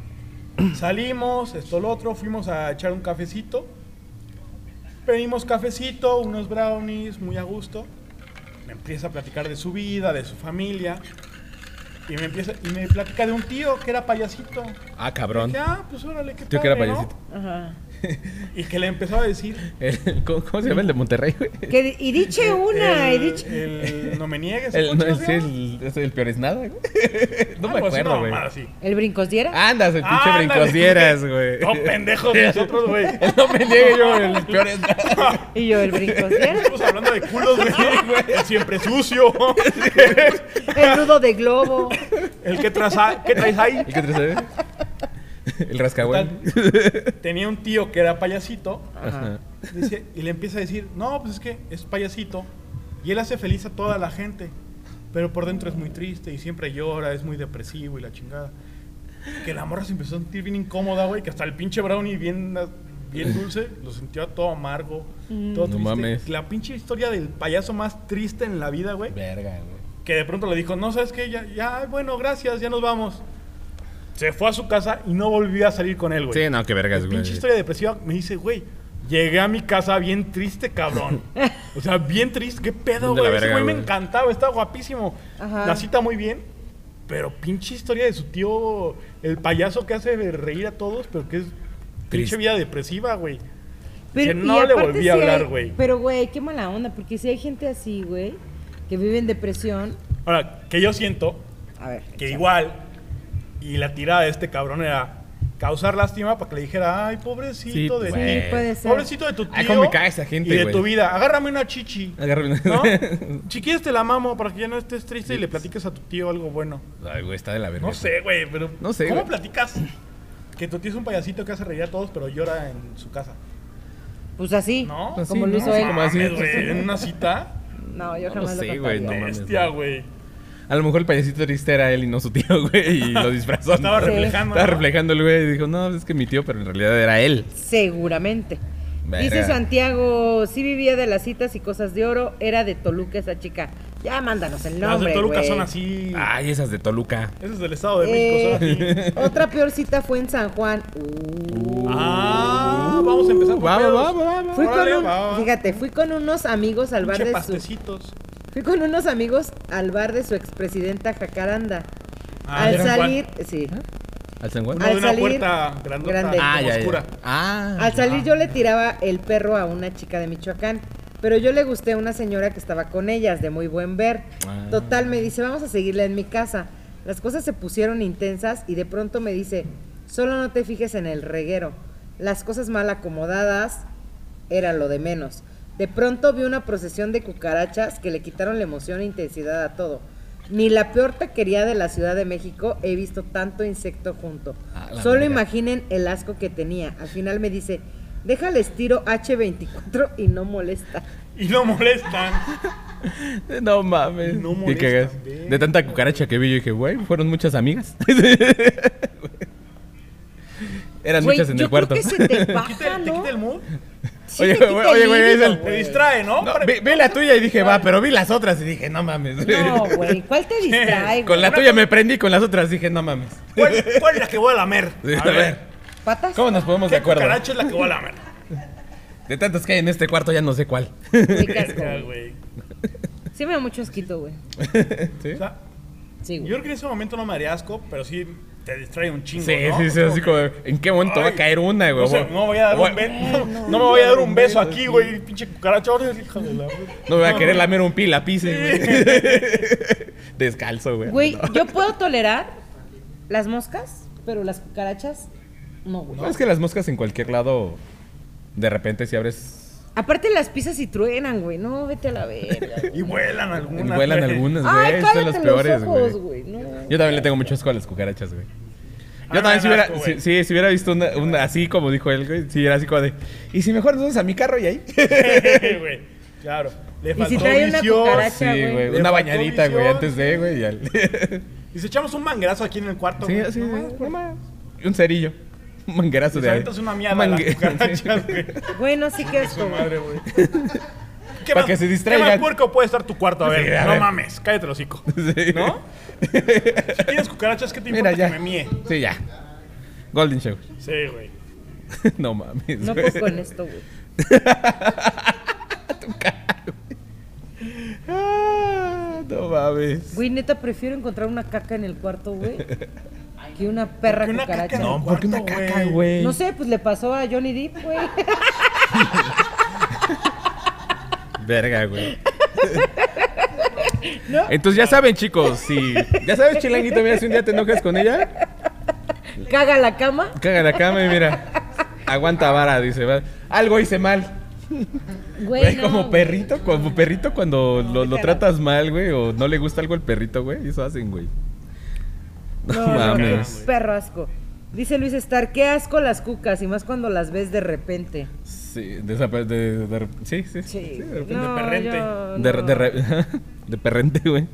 B: Salimos, esto, lo otro, fuimos a echar un cafecito. Pedimos cafecito, unos brownies, muy a gusto. Me empieza a platicar de su vida, de su familia. Y me empieza y me platica de un tío que era payasito.
C: Ah, cabrón.
B: Dije, ah, pues órale, qué
C: Tío que era
B: padre, ¿no?"
C: payasito.
D: Ajá.
B: Y que le empezó a decir...
C: El- ¿cómo, cómo se llama el de Monterrey, güey?
D: Que di- y
B: Eh,
D: diche una, y
B: el,
D: diche.
B: el- no me niegues.
C: El,
B: ¿cómo
C: no,
B: se llama?
C: es el, es el peor es nada, güey. No me
B: Algo así,
C: acuerdo,
B: una
C: güey.
B: mamada así.
D: ¿El brincos
B: Ah.
D: diera?
C: Andas, el pinche
B: Ándale,
C: brincosieras, güey.
B: No, pendejos nosotros, güey.
C: No me llegue yo, el peor es nada.
D: Y yo, el brincos diera.
B: Estamos hablando de culos, güey. El siempre sucio.
D: El nudo de globo.
B: El que traes ahí- ¿qué traes ahí.
C: ¿Y qué te sabes? El rascahuel.
B: Tenía un tío que era payasito. Ah.
D: Ajá.
B: dice- y le empieza a decir, no, pues es que es payasito. Y él hace feliz a toda la gente. Pero por dentro es muy triste y siempre llora, es muy depresivo y la chingada. Que la morra se empezó a sentir bien incómoda, güey. Que hasta el pinche brownie bien, bien dulce lo sintió todo amargo, todo
C: No
B: triste.
C: mames.
B: La pinche historia del payaso más triste en la vida, güey.
C: Verga, güey.
B: que de pronto le dijo, no, ¿sabes qué? Ya, ya, bueno, gracias, ya nos vamos. Se fue a su casa y no volvió a salir con él, güey.
C: Sí, no, qué vergas,
B: La
C: güey.
B: pinche historia depresiva me dice, güey, llegué a mi casa bien triste, cabrón. o sea, bien triste, qué pedo,
C: De la
B: güey. Ese
C: verga,
B: güey me
C: güey.
B: encantaba, estaba guapísimo.
D: Ajá.
B: La cita muy bien, pero pinche historia de su tío, el payaso que hace reír a todos, pero que es
C: Triste.
B: pinche vida depresiva, güey. Que
D: y
B: no le
D: aparte
B: volví a
D: sí
B: hablar,
D: hay-
B: güey.
D: Pero, güey, qué mala onda, porque si hay gente así, güey, que vive en depresión.
B: Ahora, que yo siento
D: A ver.
B: que
D: échale.
B: igual, y la tirada de este cabrón era causar lástima para que le dijera, ay, pobrecito
C: Sí,
B: de
C: güey.
B: ti.
D: Sí, puede ser.
B: Pobrecito de tu tío.
C: Ay, cómo me caga esa gente,
B: Y de
C: güey.
B: tu vida. Agárrame una chichi.
C: Agárrame una-
B: ¿No? si quieres te la mamo para que ya no estés triste y le platiques a tu tío algo bueno.
C: Ay, güey, está de la verga.
B: No sé, güey, pero.
C: No sé,
B: ¿Cómo
C: güey.
B: platicas? Que tu tío es un payasito que hace reír a todos, pero llora en su casa.
D: Pues así.
B: ¿No?
C: Pues sí,
D: como lo
C: ¿no?
D: hizo
C: Sí,
D: él.
C: como así.
B: Mames, güey, en una cita.
D: No, yo
C: No lo
D: jamás
C: sé,
D: lo
C: güey,
D: contaría.
C: no mames,
B: Bestia,
C: no.
B: güey.
C: A lo mejor el payasito triste era él y no su tío, güey, y lo disfrazó. ¿no?
B: Estaba
D: Sí.
B: reflejando.
C: Estaba
B: ¿no?
C: reflejando el güey y dijo, no, es que mi tío, pero en realidad era él.
D: Seguramente.
C: Verga.
D: Dice Santiago, sí vivía de las citas y cosas de oro, era de Toluca esa chica. Ya mándanos el
B: Las
D: nombre.
B: de Toluca
D: güey.
B: son así.
C: Ay, esas de Toluca.
B: Ese es del Estado de México, son así.
D: Eh, otra peor cita fue en San Juan. Uh.
B: Ah, vamos a empezar con
C: Vamos,
B: pedos.
C: vamos, vamos.
D: Fui con
B: Órale,
D: un-
B: va.
D: fíjate, fui con unos amigos al bar
B: Pinche
D: de su
B: pastecitos.
D: fui con unos amigos al bar de su expresidenta Jacaranda.
B: Ah,
D: al
B: ya era
D: salir, sí.
C: ¿Al San Juan?
B: Uno
D: Al
B: de una
D: salir-
B: puerta grandota,
D: grande.
B: como
D: Ah,
B: oscura.
C: Ah,
D: Al
C: ya.
D: salir yo le tiraba el perro a una chica de Michoacán, pero yo le gusté a una señora que estaba con ellas, de muy buen ver.
C: Ah.
D: Total, me dice, vamos a seguirla en mi casa. Las cosas se pusieron intensas y de pronto me dice, solo no te fijes en el reguero. Las cosas mal acomodadas era lo de menos. De pronto vi una procesión de cucarachas que le quitaron la emoción e intensidad a todo. Ni la peor taquería de la Ciudad de México he visto tanto insecto junto.
C: Ah, la
D: Solo
C: verga.
D: imagínate imaginen el asco que tenía. Al final me dice, déjales tiro H24 y no molesta.
B: Y no molestan.
C: No mames.
B: No
C: y
B: molestan,
C: cagas.
B: ve.
C: De tanta cucaracha que vi, yo dije, güey, fueron muchas amigas. Eran
D: Güey,
C: muchas en
D: yo
C: el cuarto.
D: creo que se te
B: Quita
D: baja,
B: el, te
D: ¿no?
B: quita el mood.
D: Sí
C: Oye,
D: te quita
C: güey, oye, güey,
D: el
C: es el-
D: líbido,
B: Te
D: güey.
B: distrae, ¿no?
C: No,
B: Para-
C: vi, vi la tuya y dije, va, pero vi las otras y dije, no mames.
D: No, güey, ¿cuál te distrae, güey?
C: Con la tuya me prendí, con las otras dije, no mames.
B: ¿Cuál, cuál es la que voy a lamer?
C: Sí, a ver,
D: ¿Patas?
C: ¿cómo nos ponemos de
B: ¿Qué
C: acuerdo?
B: cucaracha es la que voy a lamer?
C: De tantas que hay en este cuarto ya no sé cuál.
D: Qué casco,
B: Ya,
D: güey.
B: güey.
D: Sí me da mucho asquito, güey.
C: ¿Sí?
B: O sea,
D: Sí,
B: yo
D: güey.
B: creo que en ese momento no me haría asco, pero sí te distrae un chingo.
C: Sí,
B: ¿no?
C: sí, sí, así
B: que,
C: como, ¿en qué momento va a
B: ay,
C: caer una, güey?
B: No, sé, no voy a dar un
C: Voy-
B: beso. No, me voy a dar un beso aquí, güey. Pinche cucaracha. órale, hija de la-
C: No me va a querer lamer un pila, pise, güey. Descalzo, güey.
D: Güey, yo puedo tolerar las moscas, pero las cucarachas no, güey.
C: No, es que las moscas en cualquier lado, de repente si abres,
D: Aparte las pizzas y truenan, güey. No, vete a la verga. güey.
B: Y vuelan algunas.
C: vuelan
B: güey.
C: algunas,
D: Ay,
C: güey. Son las
D: cállate
C: peores,
D: los ojos,
C: güey.
D: güey. No.
C: Yo también le tengo mucho asco a las cucarachas, güey.
B: Ah,
C: Yo también si
B: no,
C: hubiera,
B: asco,
C: si,
B: güey.
C: sí, si hubiera visto una, una- así como dijo él, güey, si era así como de, y si mejor nos vamos a mi carro y ahí.
B: Güey, Claro. Le
D: si
B: faltó
D: trae una
B: visión.
D: cucaracha?
C: Sí,
D: Cacha, güey.
C: güey,
B: Le
C: una
B: faltó
C: bañadita, güey,
B: visión.
C: antes de, güey, y al...
B: Y si echamos un mangrazo aquí en el cuarto.
C: Sí,
B: güey.
C: sí,
B: No
C: sí,
B: mames,
C: no más. Y Un cerillo. Un manguerazo
B: Les
C: de
B: avientas una mierda a
C: Mangue-
B: las cucarachas,
C: Sí.
B: güey.
D: Güey, no, sí que esto,
B: Su
D: güey.
B: madre, güey.
C: Para que se distraigan.
B: ¿Qué más puerco puede estar tu cuarto? A ver,
C: Sí, a
B: no
C: ver.
B: mames, cállate el hocico.
C: Sí.
B: ¿No? Si tienes cucarachas, ¿qué te importa
C: Mira, ya.
B: que me mie?
C: Sí, ya. Golden Show.
B: Sí, güey.
C: no mames.
D: No este.
C: güey.
D: puedo con esto, güey.
C: Ah, no mames.
D: Güey, neta, prefiero encontrar una caca en el cuarto, güey, que una
B: ¿Por
D: perra
B: qué una caca
D: cucaracha.
B: no?
D: No.
C: ¿Por qué una
B: Cuarto,
C: caca,
B: güey.
C: güey?
D: sé, pues le pasó a Johnny Depp, güey.
C: Verga, güey. Entonces ya saben, chicos, si ya sabes, chilanguito, mira, si un día te enojas con ella,
D: Caga la cama.
C: caga la cama y mira, aguanta vara, dice, va. algo hice mal.
D: Güey,
C: Güey,
D: no,
C: como
D: güey.
C: perrito, como perrito cuando lo, lo
D: claro.
C: tratas mal, güey, o no le gusta algo al perrito, güey, eso hacen, güey. No,
D: No, no, no,
C: mames.
D: perro asco. Dice Luis Star, qué asco las cucas, y más cuando las ves de repente.
C: Sí, de, esa- de- de- de- sí, sí, sí,
D: Sí,
C: de repente.
D: no,
B: perrente.
D: yo
C: De,
D: no.
C: de re- de perrente, güey.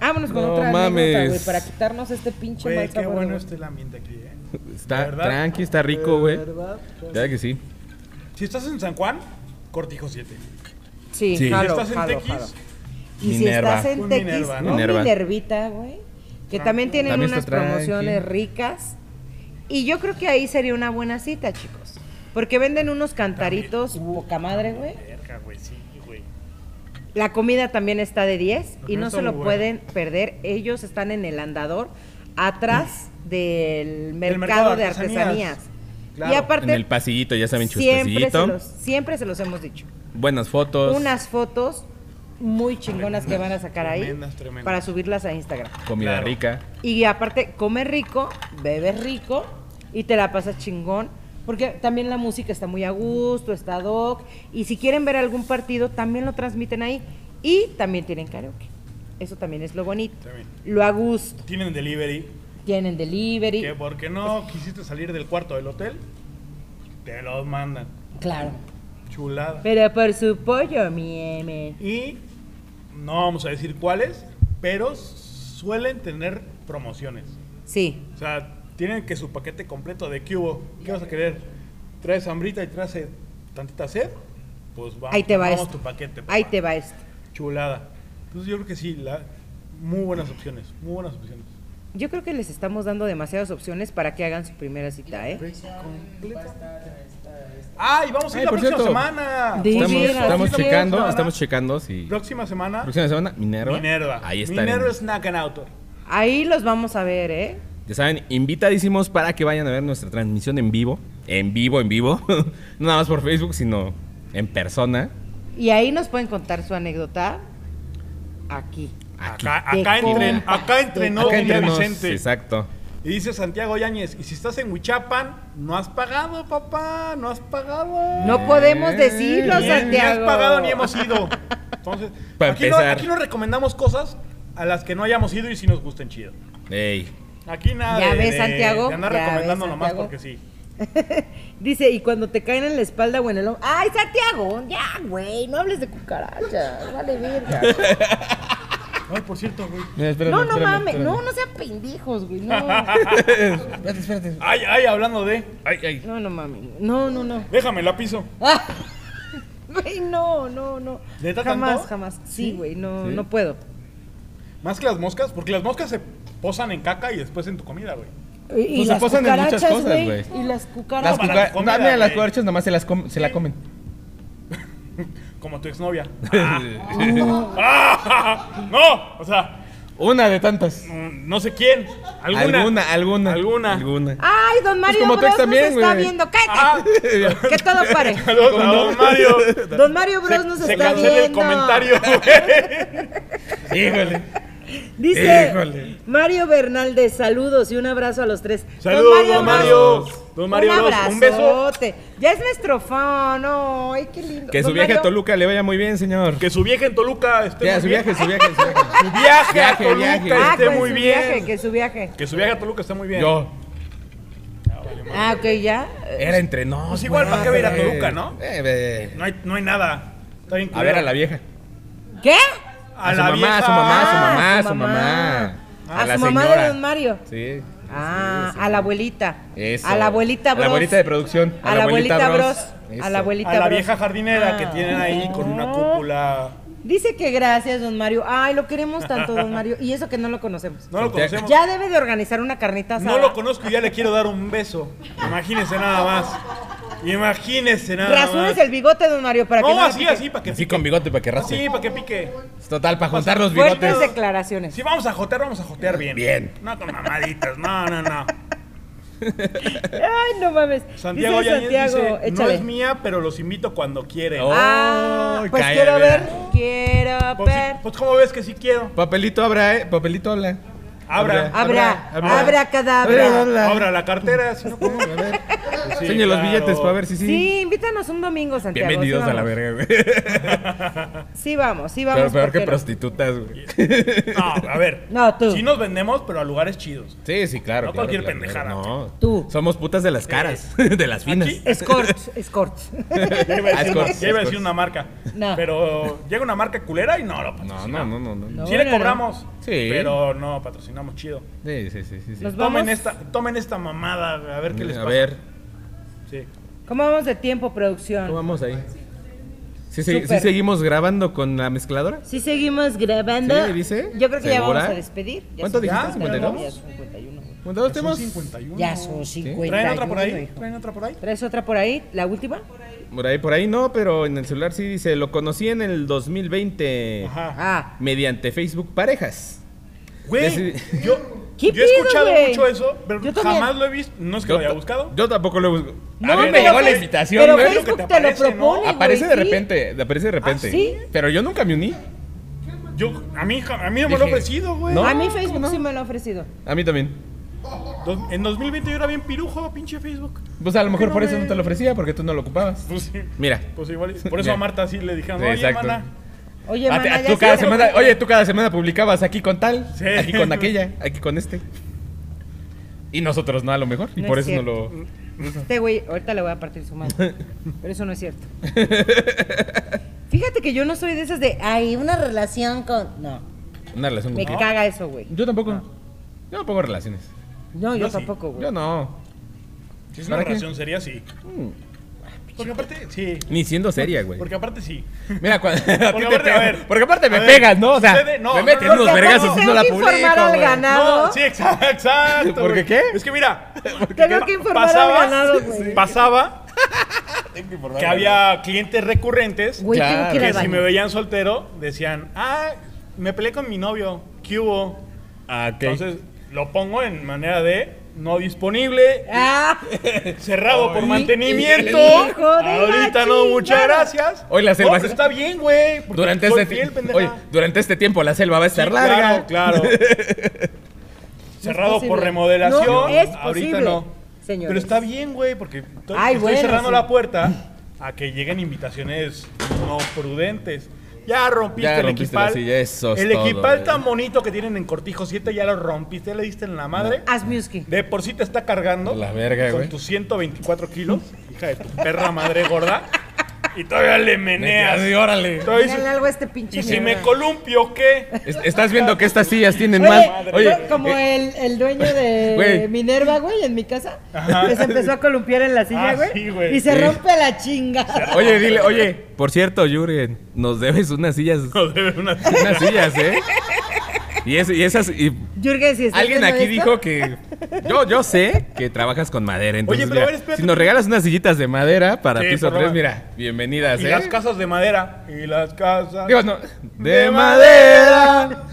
D: Vámonos con
C: No
D: otra anécdota,
C: mames.
D: güey, para quitarnos este pinche
B: Güey,
D: mal
B: qué
D: sabor,
B: bueno este.
D: güey.
B: está el ambiente aquí, ¿eh?
C: Está
B: ¿Verdad?
C: tranqui, está rico, güey.
D: ¿Verdad? pues.
C: Ya que sí.
B: Si estás en San Juan, Cortijo 7.
C: Sí.
D: Sí,
B: si
D: jalo,
B: estás en
D: jalo,
B: Tequis,
D: jalo. Y
C: Minerva.
D: si estás en
B: Un
D: Tequis,
B: Minerva,
D: ¿no?
B: ¿no? Ah,
C: Minerva.
D: Minervita, güey. Que también tienen
C: También
D: unas
C: está tranqui.
D: promociones ricas. Y yo creo que ahí sería una buena cita, chicos. Porque venden unos cantaritos poca madre, güey.
B: Verga, güey, sí, güey.
D: La comida también está de 10 y
B: comida
D: no
B: está
D: se
B: muy
D: lo
B: buena.
D: pueden perder. Ellos están en el andador atrás del mercado,
B: Mm. mercado de
D: de
B: artesanías.
D: artesanías. Y
B: Claro.
D: aparte
C: En el pasillito, ya saben,
D: siempre se,
C: chustecito.
D: los, siempre se los hemos dicho.
C: Buenas fotos.
D: Unas fotos muy chingonas que van a sacar ahí
B: tremendas, tremendas.
D: para subirlas a Instagram.
C: Comida
B: Claro.
C: rica.
D: Y aparte, comes rico, bebes rico y te la pasas chingón. Porque también la música está muy a gusto, está doc. Y si quieren ver algún partido, también lo transmiten ahí. Y también tienen karaoke. Eso también es lo bonito.
B: También.
D: Lo a gusto.
B: Tienen delivery.
D: Tienen delivery.
B: Que porque no quisiste salir del cuarto del hotel, te los mandan.
D: Claro.
B: Chulada.
D: Pero por su pollo, mi M.
B: Y no vamos a decir cuáles, pero suelen tener promociones.
D: Sí.
B: O sea, tienen que su paquete completo de cubo. ¿Qué vas a querer? ¿Traes hambrita y traes eh, tantita sed? Pues vamos,
D: ahí te va
B: vamos
D: esto.
B: tu paquete. papá.
D: ahí te va esto.
B: Chulada. Entonces yo creo que sí, la, muy buenas opciones, muy buenas opciones.
D: Yo creo que les estamos dando demasiadas opciones para que hagan su primera cita, ¿eh?
B: ¡Ay, vamos a ir
C: Ay,
B: la próxima
C: por cierto.
B: semana!
D: De- Sí,
C: Estamos,
D: mira,
C: estamos
D: sí,
C: checando,
B: sí,
C: estamos
B: sí.
C: checando si.
B: Próxima semana,
C: Próxima semana, Minerva.
B: Minerva.
C: Ahí está.
B: Minerva Snack and Outdoor.
D: Ahí los vamos a ver, ¿eh?
C: Ya saben, invitadísimos para que vayan a ver nuestra transmisión en vivo. En vivo, en vivo. no nada más por Facebook, sino en persona.
D: Y ahí nos pueden contar su anécdota aquí.
C: Aquí.
B: Acá, acá,
D: De
B: entre,
D: compas.
B: acá entrenó
C: Acá entre
B: Guillermo
C: nos,
B: Vicente.
C: Exacto.
B: Y dice Santiago Yáñez, y si estás en Huichapan, no has pagado, papá, no has pagado.
D: No podemos decirlo,
B: Ni- ni, has
D: Santiago.
B: pagado ni hemos ido. Entonces,
C: Pa'
B: aquí, no,
C: empezar.
B: aquí no recomendamos cosas a las que no hayamos ido y si nos gusten chido.
C: Ey.
B: Aquí nada
D: Ya
B: de,
D: ves,
B: de-
D: Santiago,
B: de andar
D: ya ves,
B: recomendando nomás
D: Santiago.
B: porque sí.
D: Dice, y cuando te caen en la espalda o en el hombro. ¡Ay, Santiago! Ya, güey, no hables de cucarachas. Vale, verga.
B: Ay, por cierto, güey.
D: No, no mames. No, no sean pendijos, güey. No,
C: espérate, espérate.
B: Ay, ay, hablando de.
C: Ay, ay.
D: no, no mames. No, no, no.
B: Déjame la piso.
D: Ah, Güey, no, no, no.
B: ¿Neta
D: Jamás,
B: tanto?
D: jamás. Sí,
B: ¿Sí?
D: güey, no,
C: ¿Sí?
D: no puedo.
B: Más que las moscas, porque las moscas se posan en caca y después en tu comida, güey.
D: Y, y
C: Pues se
D: las
C: posan en muchas
D: cucarachas,
C: cosas,
D: güey.
C: güey.
D: Y las
C: Las
D: cucarachas.
B: para la
C: cucarachas.
B: comida,
C: No, mira, las
B: güey.
C: cucarachas nomás se las com- se la comen.
B: Como tu exnovia. ¡Ah! ¡No! O sea,
C: Una de tantas.
B: no- no sé quién. Alguna.
C: Alguna, alguna.
B: Alguna.
C: Alguna.
D: Ay, don Mario
C: como tú
D: Bros
C: también,
D: nos está
C: güey.
D: viendo. ¡Cállate!
B: Ah,
D: Que todo pare.
B: saludos a don Mario.
D: Don Mario Bros nos
B: se
D: está
B: cancela
D: viendo.
B: el comentario. güey.
C: Híjole.
D: Dice
C: Híjole.
D: Mario Bernal de saludos y un abrazo a los tres.
B: Saludos, don Mario. Don Mario
D: un
B: Bros.
D: abrazo.
B: Un beso.
D: Ya es nuestro fan. Ay, qué lindo.
C: Que su
D: Don
C: viaje a
D: Mario,
C: Toluca le vaya muy bien, señor.
B: Que su viaje en Toluca esté
C: Ya,
B: muy
C: su
B: bien.
C: viaje, su viaje, su viaje.
B: Su viaje, a
C: Viaje,
B: Toluca
C: viaje.
B: esté
D: Ah, que
B: muy
D: su
B: bien.
D: Viaje, que su viaje.
B: Que su viaje a Toluca esté muy bien.
C: Yo.
D: Ah, ok, ya.
C: Era entre nos.
B: Pues igual, ¿para qué va a ir a
C: güey?
B: Toluca, no?
C: Eh, ve.
B: No hay, no hay nada. Está bien
C: A ver a
B: culero.
C: la vieja.
D: ¿Qué?
C: A, su
B: la
C: mamá,
B: vieja.
C: a su mamá, a su
D: Ah,
C: mamá,
D: a
C: a
D: su
C: su mamá.
D: A, su mamá de Don Mario.
C: Sí.
D: Ah, a la abuelita.
C: Eso.
D: A la abuelita
C: A
D: Bros.
C: la abuelita de producción.
D: A la abuelita Bros. A la
C: Eso.
D: abuelita
B: A la
D: Bros.
B: vieja jardinera
D: Ah.
B: que tienen ahí con una
D: No.
B: cúpula.
D: Dice que gracias, don Mario. Ay, lo queremos tanto, don Mario. Y eso que no lo conocemos.
B: No lo
C: Santiago.
B: conocemos.
D: Ya debe de organizar una carnita asada.
B: No lo conozco y ya le quiero dar un beso. Imagínense nada más. Imagínense nada
D: Rasúrese
B: más.
D: el bigote, don Mario, para que
B: No,
D: le
B: así,
D: pique.
B: así, para que
C: Así
B: pique.
C: con bigote para que
B: Sí,
C: raspe.
B: para que pique.
C: Total, para juntar los
D: Fuertes
C: bigotes.
D: declaraciones.
B: Si vamos a jotear, vamos a jotear bien.
C: Bien.
B: No con mamaditas, no, no, no.
D: Ay, no mames.
B: Santiago
D: dice
B: Yañez
D: Santiago,
B: dice, no
D: échale.
B: es mía, pero los invito cuando quieren.
C: Oh,
D: ah, pues
C: cállate,
D: quiero ver.
C: mira.
D: Quiero
B: Pues, sí,
D: ver.
B: pues, ¿cómo ves que sí quiero?
C: Papelito abra, eh. Papelito habla.
B: Abra.
D: Habrá,
C: habrá.
D: habrá
C: Habrá,
D: cadabra.
C: habrá.
B: Abra la cartera, si no, ¿cómo?
C: A ver.
B: Pues sí,
C: Enseñe los
B: claro.
C: billetes para ver si sí.
D: Sí, invítanos un domingo, Santiago.
C: Bienvenidos
D: sí
C: a la
D: vamos.
C: verga, güey.
D: Sí vamos, sí vamos.
C: Pero peor que
D: portero.
C: prostitutas, güey.
B: No, a ver.
D: No, tú.
B: Sí nos vendemos, pero a lugares chidos.
C: Sí, sí, claro.
B: No
C: claro,
B: cualquier
C: claro,
B: pendejada. Eh,
C: No.
D: Tú.
C: Somos putas de las caras, de las finas.
B: Aquí.
D: Escort, escort.
B: Ya iba a decir, una, ya
C: Escorts,
B: iba a decir
C: escorts.
B: una marca.
D: No.
B: Pero llega una marca culera y no lo
C: No,
B: patrocinamos.
C: no, no, no, no.
D: No.
B: Sí le cobramos,
C: Sí.
B: pero no patrocinamos chido.
C: Sí, sí, sí, sí. sí.
D: Nos
B: Tomen
D: vamos.
B: esta, tomen esta mamada, a ver qué les
C: a
B: pasa.
C: ver,
B: Sí.
D: ¿Cómo vamos de tiempo, producción?
C: ¿cómo vamos ahí? ¿Sí, se-
D: Súper.
C: sí seguimos grabando con la mezcladora?
D: Si seguimos grabando.
C: Sí, dice.
D: Yo creo que ya
C: ¿Segura?
D: vamos a despedir. Ya
C: ¿Cuánto
D: son-
C: dijiste?
D: ¿52? Ya
C: 52.
D: son 51.
C: ¿Cuántos dos
B: Son
C: temas?
B: 51.
D: Ya son 51.
B: ¿Traen otra por ahí?
D: hijo.
B: ¿Traen otra por ahí?
D: ¿Traes otra por ahí? ¿La última?
C: Por ahí, por ahí no, pero en el celular sí dice, lo conocí en el 2020
B: Ajá.
D: Ah.
C: mediante Facebook Parejas.
B: Güey,
C: Deci-
B: yo,
D: ¿Qué
B: yo he
D: pedo,
B: escuchado
D: güey?
B: mucho eso, pero
D: Yo también.
B: jamás lo he visto. No es que lo haya
C: ta-
B: buscado.
C: Yo tampoco lo busco.
D: No,
C: a ver, me
D: Ah, pero
C: llegó la
D: Face-
C: invitación,
D: Pero pues,
C: güey.
B: lo que
D: Facebook
B: te
D: te,
B: aparece,
D: lo
B: ¿no?
D: propone. güey,
C: Aparece de
D: sí.
C: repente, aparece de repente.
D: ¿sí?
C: Pero yo nunca me uní.
B: Yo, a mí, ja- a mí no me lo he
C: Dije,
B: ofrecido, güey.
C: ¿no?
D: a mí Facebook
C: ¿cómo no?
D: sí me lo ha ofrecido.
C: A mí también.
B: Dos- En 2020 yo era bien pirujo, pinche Facebook.
C: Pues a lo mejor
B: no
C: por eso
B: me-
C: no te lo ofrecía, porque tú no lo ocupabas.
B: Pues sí.
C: Mira.
B: Pues igual. Por eso
C: Ya.
B: a Marta sí le dijeron,
C: Sí,
B: oye,
C: exacto.
B: mana,
D: Oye,
C: Ah, te-
D: mana, ya
C: tú
D: sí
C: cada
D: te-
C: semana, oye, tú cada semana publicabas aquí con tal,
B: Sí.
C: aquí con aquella, aquí con este. Y nosotros no, a lo mejor. Y
D: No
C: por
D: es
C: eso no lo.
D: Este güey, ahorita le voy a partir su madre. Pero eso no es cierto. Fíjate que yo no soy de esas de, ay, una relación con... No,
C: Una relación
D: me
C: con. No.
D: caga eso, güey.
C: Yo tampoco.
B: Ah.
C: Yo no pongo relaciones.
D: No, yo
B: Yo sí.
D: tampoco, güey.
C: Yo no.
B: si es una
C: ¿Para qué?
B: relación seria, sí. Porque aparte, sí.
C: Ni siendo seria, güey.
B: Mm. Porque aparte, sí.
C: Mira, cuando. a ti
B: Porque
C: te
B: aparte, a
C: pego-
B: ver,
C: porque aparte me
B: a ver,
C: pegas, ¿no? O sea,
B: sucede- no,
C: me
B: no,
C: meten
B: no,
C: unos
D: Porque
C: vergazos
D: aparte
C: y no la
D: tengo que
C: publico.
D: informar al
C: güey.
D: ganado.
B: No, sí, exacto, exacto.
C: ¿Por
B: güey.
C: qué?
B: Es que mira,
D: Tengo que informar al ganado, güey.
B: pasaba que había clientes recurrentes
D: Güey,
C: Ya,
D: tengo que ir
B: que
D: al
B: si
D: baño.
B: me veían soltero decían, ah, me peleé con mi novio, ¿qué hubo?
C: Ah, ok.
B: Entonces lo pongo en manera de no disponible,
D: Ah,
B: cerrado por mantenimiento.
D: hijo de la
B: Ahorita no, muchas
D: chingada.
B: gracias.
C: Hoy la
B: No,
C: selva-
B: pero está bien, güey. porque
C: durante,
B: soy
C: este
B: fiel,
C: ti-
B: pendeja.
C: oye, durante este tiempo la selva va a estar
B: Sí,
C: larga.
B: Claro, claro. Cerrado por
D: posible.
B: remodelación.
D: No es
B: Ahorita
D: posible,
B: no.
D: señores.
B: Pero está bien, güey, porque estoy,
D: Ay,
B: estoy
D: bueno,
B: cerrando
D: sí.
B: la puerta a que lleguen invitaciones no prudentes. Ya rompiste
C: Ya
B: el
C: rompiste
B: equipal.
C: la silla, eso es
B: el
C: todo,
B: equipal
C: güey.
B: tan bonito que tienen en Cortijo 7 ya lo rompiste, le diste en la madre.
D: haz music.
B: De por sí te está cargando.
C: La verga,
B: Con
C: güey.
B: tus 124 kilos. Hija de tu perra madre gorda. Y todavía le meneas.
C: Así, órale.
B: Todavía dices,
D: Díganle algo a este pinche
B: y si me
D: mierda.
B: columpio, ¿qué?
C: Es- Estás viendo que estas sillas tienen
D: Oye,
C: más.
D: fue como
C: eh,
D: el, el dueño de
C: Güey.
D: Minerva, güey, en mi casa,
B: Ajá.
D: que se empezó a columpiar en la silla,
B: Ah,
D: güey,
B: sí, güey.
D: y se
C: Sí.
D: rompe la chinga.
C: Oye, dile, oye, por cierto, Yuri, nos debes unas sillas.
B: No, de verdad.
C: Unas sillas, ¿eh? Y, es- y esas. y
D: Jürgen, si estás
C: alguien
D: viendo
C: aquí
D: esto,
C: dijo que. Yo, yo sé que trabajas con madera. Entonces,
B: Oye, pero
C: mira,
B: a ver, espérate.
C: si nos regalas unas sillitas de madera para
B: Sí,
C: piso
B: por
C: 3,
B: favor.
C: mira, bienvenidas,
B: Y
C: ¿eh?
B: las casas de madera. Y las casas.
C: Digo, no. De,
B: De
C: madera.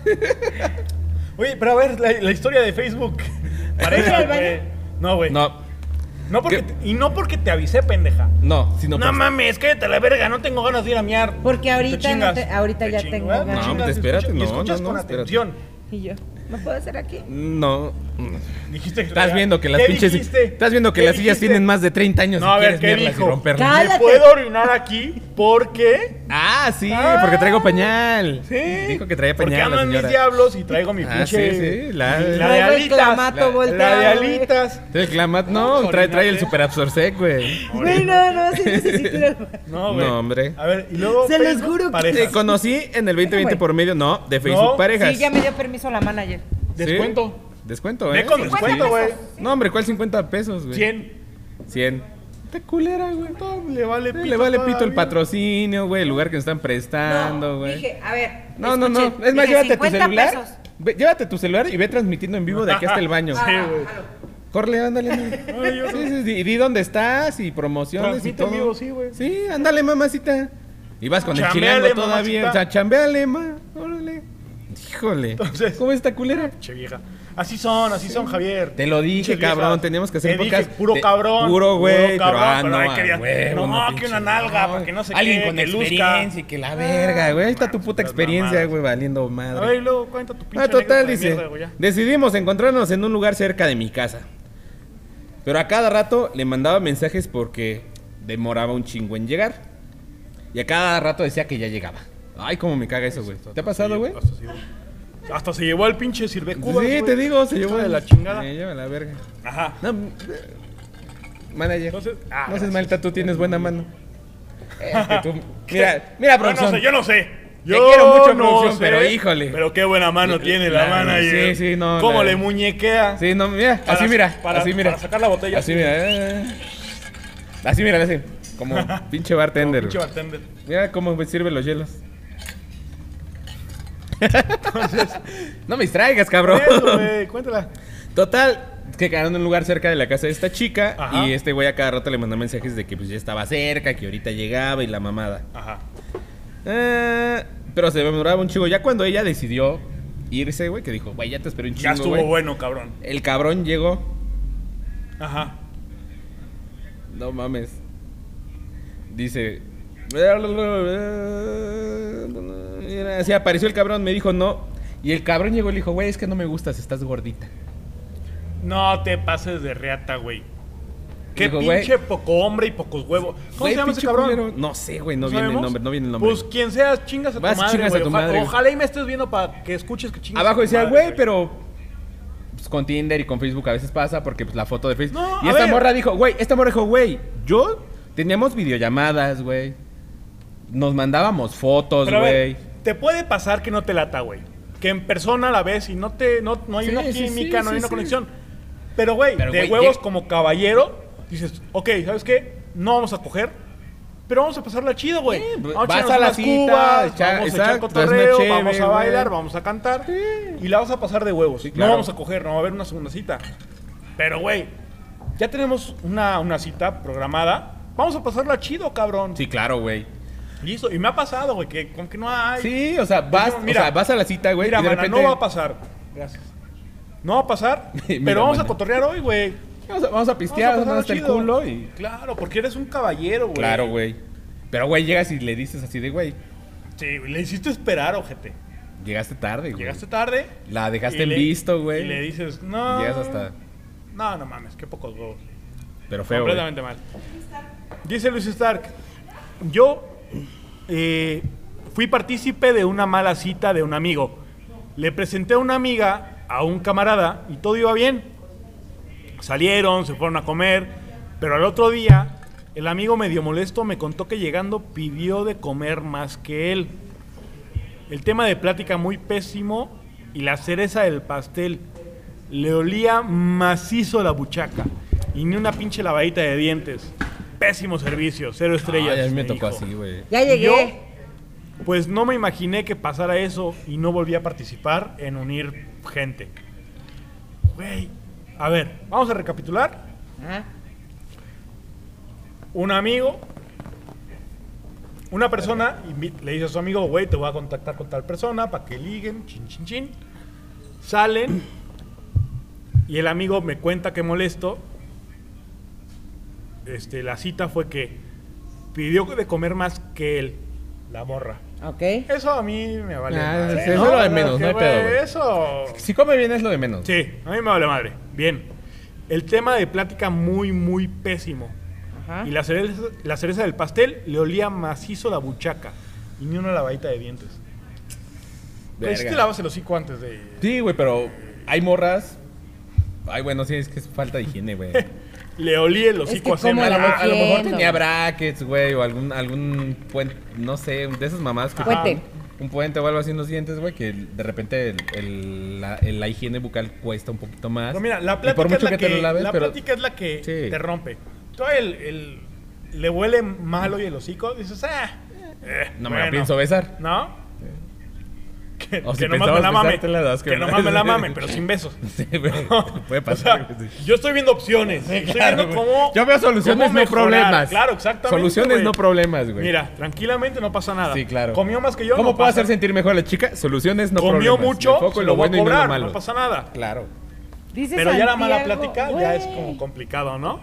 B: Oye, pero a ver, la, la historia de Facebook. Pareja,
D: ¿Del baño?
B: güey. No, güey. No.
C: No,
B: porque
C: ¿Qué?
B: te- y no porque te avisé, pendeja.
C: no, sino
B: No,
C: por-
B: mames, cállate a la verga, no tengo ganas de ir a miar.
D: Porque
B: Te
D: ahorita no
B: chingas.
D: te- ahorita ya tengo
B: chingas,
D: ganas.
C: No,
B: chingas,
C: te
B: y
C: espérate,
B: escuchas- y
C: no,
B: escuchas
C: no,
B: con
C: no, espérate.
B: atención.
D: Y yo, ¿no puedo hacer aquí?
C: No.
B: Dijiste que
C: Estás viendo que las
B: ¿Qué
C: pinches.
B: dijiste?
C: Estás viendo que
B: ¿Qué
C: las sillas
B: dijiste?
C: tienen más de 30 años
B: No, a
C: y
B: ver,
C: quieres
B: ¿qué
C: mirarlas y
B: dijo?
C: romperlas.
D: Cállate.
B: ¿Me puedo orinar aquí? porque
C: Ah, sí,
B: Ah.
C: porque traigo pañal.
B: Sí.
C: Dijo que traía
B: Porque
C: pañal
B: ando
C: la
B: en mis
C: señora.
B: diablos y traigo mi
C: Ah,
B: pinche.
C: sí, sí, la-
B: de
D: Traigo el
B: alitas.
D: clamato
B: la- La
D: volteado,
B: de
D: güey.
B: alitas.
C: El clamat, no, trae, trae el super absorsec, güey.
D: Güey, no, no, sí necesito ir al-
B: No, güey.
C: No, hombre.
B: A ver, y luego.
D: Se los
B: Facebook,
D: juro que-
B: parejas.
C: Te conocí en el 2020
D: Güey.
C: por medio, no, de Facebook
B: No.
C: parejas.
D: Sí, ya me dio permiso la manager.
C: Sí.
B: Descuento.
C: Descuento,
B: Ve
C: ¿eh?
B: con descuento, güey.
C: No, hombre, ¿cuál 50 pesos, güey?
B: 100.
C: 100. Te culera, güey.
B: Le vale pito.
C: Le vale pito Ah, el
B: todavía.
C: patrocinio, güey, el lugar que nos están prestando, güey.
D: dije, a ver.
C: No, no, no.
D: escuchen,
C: Es más,
D: dije,
C: llévate tu
D: 50
C: celular.
D: pesos.
C: Ve- llévate tu celular y ve transmitiendo en vivo de aquí hasta el baño.
B: Sí,
D: Ah.
B: güey.
C: Corre, ándale. ándale.
B: Ay, yo
C: Sí, sí, sí, Y di dónde estás y promociones y
B: Transmite
C: todo.
B: en vivo, sí, güey.
C: Sí, ándale, mamacita. Y vas con
B: Chambeale,
C: el chilango todavía. O
B: mamacita.
C: sea, chambeale, ma. Órale. Híjole.
B: Entonces-
C: ¿Cómo está culera?
B: Che vieja. Así son, así son, Javier.
C: Te lo dije,
B: Pinches viejas.
C: cabrón, teníamos que hacer
B: Te
C: un
B: dije,
C: podcast
B: Puro
C: de-
B: cabrón.
C: puro güey, pero,
B: cabrón,
C: ah, no,
B: ay,
C: ah,
B: querías- no,
C: huevo, no,
B: que
C: pinche,
B: una nalga,
C: no.
B: para que no se
C: Alguien
B: quede,
C: con
B: que luzca.
C: experiencia y que la verga, güey. Ahí está tu puta
B: Las
C: experiencia,
B: mamadas.
C: güey, valiendo
B: A
C: madre.
B: ver, y luego cuenta tu pinche
C: Ah, total,
B: anécdota de
C: dice.
B: mierda, güey, ya.
C: Decidimos encontrarnos en un lugar cerca de mi casa. Pero a cada rato le mandaba mensajes porque demoraba un chingo en llegar. Y a cada rato decía que ya llegaba. Ay, cómo me caga eso, güey. ¿Te ha pasado, güey?
B: Hasta se llevó- Hasta se llevó al pinche sirve
C: Sí,
B: pues, Cuba.
C: te digo, se llevó Eh,
B: de la chingada.
C: Me lleva la verga.
B: Ajá.
C: No, eh, manager.
B: Entonces- ah,
C: no seas
B: gracias.
C: malta, tú tienes buena mano. Este, tú- mira,
B: Yo
C: mira,
B: no
C: producción.
B: sé, yo no sé.
C: Te
B: Yo
C: quiero mucho,
B: no
C: producción,
B: sé, ¿eh?
C: pero híjole.
B: Pero qué buena mano
C: Sí,
B: tiene la
C: claro,
B: manager.
C: sí, sí, no,
B: Cómo
C: la-
B: le muñequea.
C: Sí, no, mira,
B: Para-
C: así mira,
B: para-
C: así mira.
B: para sacar la botella.
C: Así mira. eh. Así mira, le hace como pinche bartender.
B: Pinche
C: güey.
B: bartender.
C: mira cómo me sirve los hielos. no me distraigas, cabrón.
B: Eso, güey, cuéntala.
C: Total, que quedaron en un lugar cerca de la casa de esta chica
B: Ajá.
C: y este güey a cada rato le mandaba mensajes de que pues ya estaba cerca, que ahorita llegaba y la mamada.
B: Ajá.
C: Eh, pero se demoraba un chingo. Ya cuando ella decidió irse, güey, que dijo, güey, ya te esperé un chingo,
B: Ya estuvo
C: güey".
B: bueno, cabrón.
C: El cabrón llegó.
B: Ajá.
C: No mames. Dice. Así apareció el cabrón, me dijo no. Y el cabrón llegó y le dijo, güey, es que no me gustas, estás gordita.
B: No te pases de reata, güey. Qué
C: Digo, güey.
B: pinche poco hombre y pocos huevos. ¿Cómo
C: Güey,
B: se llama
C: pinche
B: ese cabrón?
C: culero. No sé, güey, no, viene el
B: sabemos?
C: nombre, no viene el nombre.
B: Pues quien seas, chingas a tu
C: Vas,
B: madre.
C: chingas a
B: güey.
C: tu
B: Ojalá-
C: madre, güey.
B: Ojalá y me estés viendo para que escuches que chingas. a
C: Abajo
B: tu
C: decía,
B: madre,
C: güey, pero. pues, con Tinder y con Facebook a veces pasa porque pues, la foto de Facebook.
B: No,
C: y
B: a
C: esta
B: ver.
C: morra dijo, güey, esta morra dijo, güey, yo teníamos videollamadas, güey. Nos mandábamos fotos,
B: Pero a ver,
C: güey.
B: te puede pasar que no te lata, güey. Que en persona la ves y no te no, no hay
C: Sí,
B: una
C: sí, sí,
B: química, no
C: sí,
B: hay una
C: sí.
B: conexión. Pero, güey, de
C: Pero, güey,
B: huevos
C: llega-
B: como caballero, dices, ok, ¿sabes qué? No vamos a coger, pero vamos a pasarla chido, güey.
C: Sí, pues,
B: vamos
C: vas
B: echarnos
C: a la
B: unas
C: cita, echar-
B: vamos a echar
C: exacto, es una
B: cotorreo,
C: cheve,
B: vamos a bailar,
C: güey.
B: vamos a cantar. Y la vas a pasar de huevos.
C: claro.
B: No vamos a coger, no va a haber una segunda cita. Pero, güey, ya tenemos una, una cita programada. Vamos a pasarla chido, cabrón.
C: Sí, claro, güey.
B: Listo. Y me ha pasado, güey, que como que no hay.
C: Sí, o sea, vas,
B: Dijimos, mira,
C: o sea, vas a la cita, güey.
B: Mira,
C: y de
B: mana,
C: repente,
B: no va a pasar. Gracias. No va a pasar,
C: Mira,
B: pero vamos
C: mana.
B: a cotorrear hoy, güey.
C: Vamos a, vamos a
B: Vamos a
C: pistear, vamos
B: pasarla
C: hasta
B: chido.
C: el culo y.
B: Claro, porque eres un caballero, güey.
C: Claro, güey. Pero, güey, llegas y le dices así de, güey,
B: Sí, güey, le hiciste esperar, ojete.
C: llegaste tarde, güey.
B: Llegaste tarde.
C: La
B: y
C: dejaste en
B: le-
C: visto, güey.
B: Y le dices, no.
C: Llegas hasta.
B: No, no mames, qué pocos huevos.
C: Pero feo. güey.
B: Completamente mal. Dice Luis Stark, yo eh, fui partícipe de una mala cita de un amigo. Le presenté a una amiga, a un camarada, y todo iba bien. Salieron, se fueron a comer, pero al otro día el amigo medio molesto me contó que llegando pidió de comer más que él. El tema de plática muy pésimo y la cereza del pastel. Le olía macizo la buchaca y ni una pinche lavadita de dientes. Pésimo servicio, cero estrellas.
C: Ay, a mí
B: me
C: me tocó
B: dijo.
C: así, güey.
D: Ya llegué.
B: Pues no me imaginé que pasara eso y no volví a participar en unir gente. Güey, a ver, vamos a recapitular.
D: Ajá.
B: Un amigo, una persona invi- le dice a su amigo, güey, te voy a contactar con tal persona para que liguen, chin, chin, chin. Salen y el amigo me cuenta que molesto. Este, la cita fue que pidió de comer más que él, la morra.
D: Ok.
B: Eso a mí me vale
C: Ah,
B: madre.
C: eso es lo de menos,
B: Que,
C: no hay pedo,
B: güey,
C: güey.
B: Eso.
C: Si come bien es lo de menos.
B: Sí, a mí me vale madre. Bien. El tema de plática muy, muy pésimo.
D: Ajá.
B: Y la cereza, la cereza del pastel le olía macizo la buchaca. Y ni una lavadita de dientes. Pero pues, sí
C: Verga.
B: te lavas el hocico antes de.
C: Sí, güey, pero hay morras. Ay, bueno, sí, es que es falta de higiene, güey.
B: Le olía el hocico
D: que
B: a
D: cómo
B: semen.
D: la
B: Ah,
C: A lo mejor
D: Entiendo.
C: tenía brackets, güey, o algún, algún puente, no sé, de esas mamadas que...
D: Ah, Puente.
C: Un puente o algo así en los dientes, güey, que de repente el- el- la, el- la higiene bucal cuesta un poquito más.
B: Pero mira,
C: Y
B: la plática, es, la que,
C: lo laves,
B: la
C: pero-
B: plática es la que
C: Sí.
B: te rompe. Todo el, el- Le huele malo y el hocico. Dices, ah. eh,
C: No me
B: bueno".
C: la pienso besar.
B: ¿No? Que,
C: O
B: que
C: si
B: nomás me la
C: pensabas
B: mame.
C: besarte, la das,
B: Que
C: que-
B: nomás me la mame, pero sin besos.
C: Sí, güey, puede
B: O
C: pasar.
B: sea,
C: güey, sí.
B: yo estoy viendo opciones. estoy
C: Claro,
B: viendo
C: güey.
B: cómo.
C: Yo veo
B: cómo
C: soluciones, no
B: mejorar.
C: problemas.
B: Claro, exactamente.
C: Soluciones,
B: güey.
C: no problemas, güey.
B: Mira, tranquilamente no pasa nada.
C: Sí, claro.
B: Comió más que yo.
C: ¿Cómo
B: no
C: puedo
B: pasa.
C: hacer sentir mejor a la chica? Soluciones, no
B: Comió
C: problemas.
B: mucho.
C: Me enfoco
B: se
C: en
B: lo
C: lo
B: voy a
C: bueno y no en
B: cobrar,
C: lo malo.
B: No pasa nada.
C: Claro.
D: Dice
B: Pero ya la mala
D: Santiago,
B: plática ya es
D: güey,
B: como complicado, ¿no?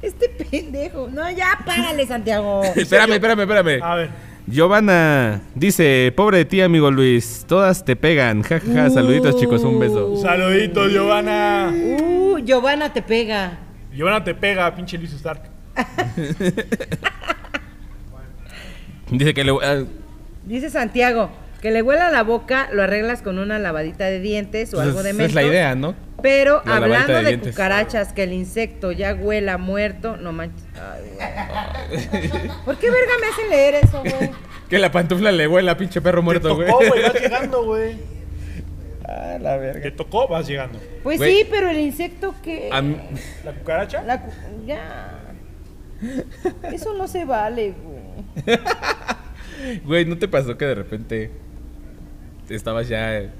D: Este pendejo. No, ya párale, Santiago.
C: espérame, espérame, espérame.
B: A ver.
C: Giovanna dice, pobre de ti, amigo Luis, todas te pegan. Ja, ja, ja. Saluditos, chicos, un beso.
B: Saluditos, Giovanna.
D: Uh, Giovanna te pega.
B: Giovanna te pega, pinche Luis Stark.
C: Dice que le... ah,
D: Dice Santiago que le huela la boca, lo arreglas con una lavadita de dientes o
C: pues,
D: algo de
C: esa
D: mentos.
C: es la idea, ¿no?
D: Pero
C: La lavadita
D: hablando
C: de
D: de,
C: dientes.
D: cucarachas, que el insecto ya huela muerto, no manches. Ay, güey. ¿Por qué verga me hacen leer eso, güey?
C: Que la pantufla le huele a pinche perro
B: Te
C: muerto,
B: tocó,
C: güey.
B: güey. Vas llegando, güey.
C: Ah, la verga.
B: Te tocó, vas llegando.
D: Pues
C: Güey.
D: sí, pero el insecto que.
C: A mí-
B: ¿La cucaracha?
D: La cu- Ya. Eso no se vale, güey.
C: Güey, ¿no te pasó que de repente estabas ya en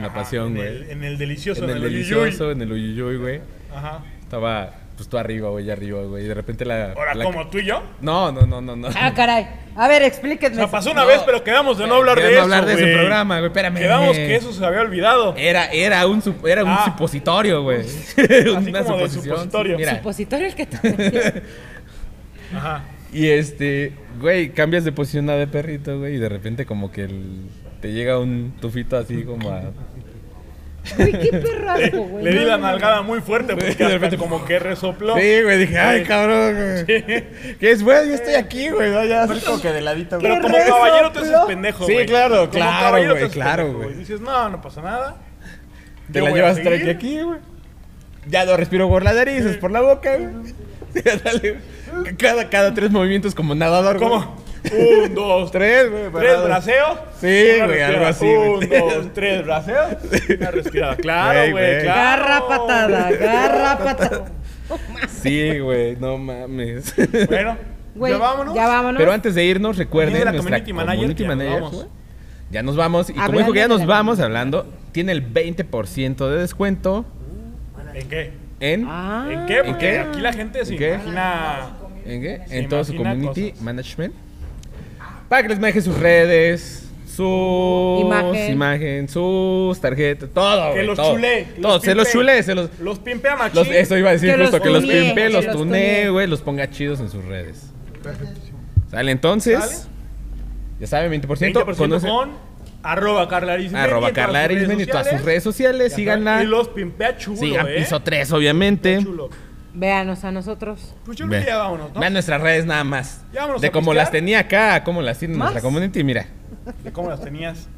C: la
B: Ajá,
C: pasión,
B: en
C: güey?
B: el- En el delicioso,
C: En el
B: uyuyuy.
C: delicioso, en el uyuyuy, güey.
B: Ajá.
C: Estaba, pues tú arriba, güey, arriba, güey. Y de repente la...
B: Ahora,
C: la-
B: como tú y yo.
C: No, no, no, no, no.
D: Ah, caray. A ver, explíquenme.
B: O sea, pasó una vez, pero quedamos de no hablar de
C: Ya
B: eso.
C: no hablar de ese
B: güey.
C: programa, güey. Eh. Espérame.
B: Quedamos que eso se había olvidado.
C: Era, era un, sup- era un
B: Ah.
C: supositorio, güey.
B: como de supositorio.
C: Mira,
D: Supositorio el que te.
B: Ajá.
C: y este, güey, cambias de posición a de perrito, güey, y de repente como que el- te llega un tufito así como a...
D: Uy, qué
B: Le,
D: perrasco, güey.
B: le di
D: No,
B: la
D: no, no.
B: nalgada muy fuerte porque de
C: de
B: repente
C: repente,
B: como que resopló.
C: Sí, güey, dije, ay, cabrón, güey. ¿Qué es, güey? Yo estoy aquí, güey. ¿no? Ya así como que de ladito, güey.
B: Pero como
D: resopló.
B: caballero te haces pendejo,
C: Sí,
B: güey.
C: claro,
B: Como
C: claro,
B: caballero te
C: güey,
B: haces
C: claro,
B: pendejo,
C: güey.
B: Dices, no, no pasa nada.
C: Te
B: Yo
C: la
B: voy a
C: llevas
B: seguir.
C: tranqui aquí, güey. Ya lo respiro por la nariz, es por la boca, güey. Ya dale. Cada, cada tres movimientos como nadador, güey.
B: ¿Cómo? Un, dos, tres.
C: Tres, güey.
B: Tres
C: parado.
B: braceos.
C: Sí,
B: una
C: güey, algo
B: respirada.
C: así,
B: Un,
C: güey.
B: dos, tres braceos. Una respirada. Claro,
C: Güey,
B: güey,
C: güey.
B: claro.
D: Garra patada, garra patada.
C: Sí, güey, no mames.
B: Bueno,
D: Güey,
B: ya vámonos.
D: Ya vámonos.
C: Pero antes de irnos, recuerden
B: También Pues la community
C: nuestra
B: manager,
C: community
B: que ya nos
C: manager,
B: vamos.
C: güey. Ya nos vamos. Y como
D: Hablando
C: dijo que
D: de
C: ya
D: la
C: nos vamos
D: community.
C: hablando, tiene el 20% de descuento
B: ¿En qué?
C: en.
D: Ah.
B: ¿En qué? Porque
C: qué?
B: aquí la gente se
C: ¿En qué?
B: imagina.
C: ¿En qué?
B: Se
C: en todo su
B: imagina
C: community
B: cosas.
C: management. Para que les maneje sus redes, sus
D: Imagen.
C: imagen, sus tarjetas, todo.
B: Que
C: güey,
B: los
C: todo.
B: chulé. que
C: Todo, se los
B: pimpee.
C: chulé, se los.
B: Los pimpea machín.
C: los- eso iba a decir
D: Que los
C: justo, que los
D: tunee,
C: pimpe,
D: que
C: los
D: los
C: tunee,
D: tunee.
C: güey, los ponga chidos en sus redes. Sale entonces.
B: ¿Sale?
C: Ya saben, 20%.
B: 20%
C: conoce-
B: con arroba Carla Arismendi.
C: Arroba
B: en todas
C: Carla
B: sus redes
C: Arismendi en todas sus
B: sociales.
C: redes sociales. Síganla.
B: Y los pimpea chulo,
C: Sigan
B: ¿eh?
C: piso 3, obviamente.
B: Chulo.
D: Véanos a nosotros.
B: Pues yo creo que ya vámonos, ¿no?
C: Vean nuestras redes nada más.
B: Ya vámonos
C: de
B: a
C: como
B: pistear.
C: las tenía acá, a cómo las tiene
D: ¿Más?
C: nuestra community. Mira,
B: De ¿Cómo las tenías?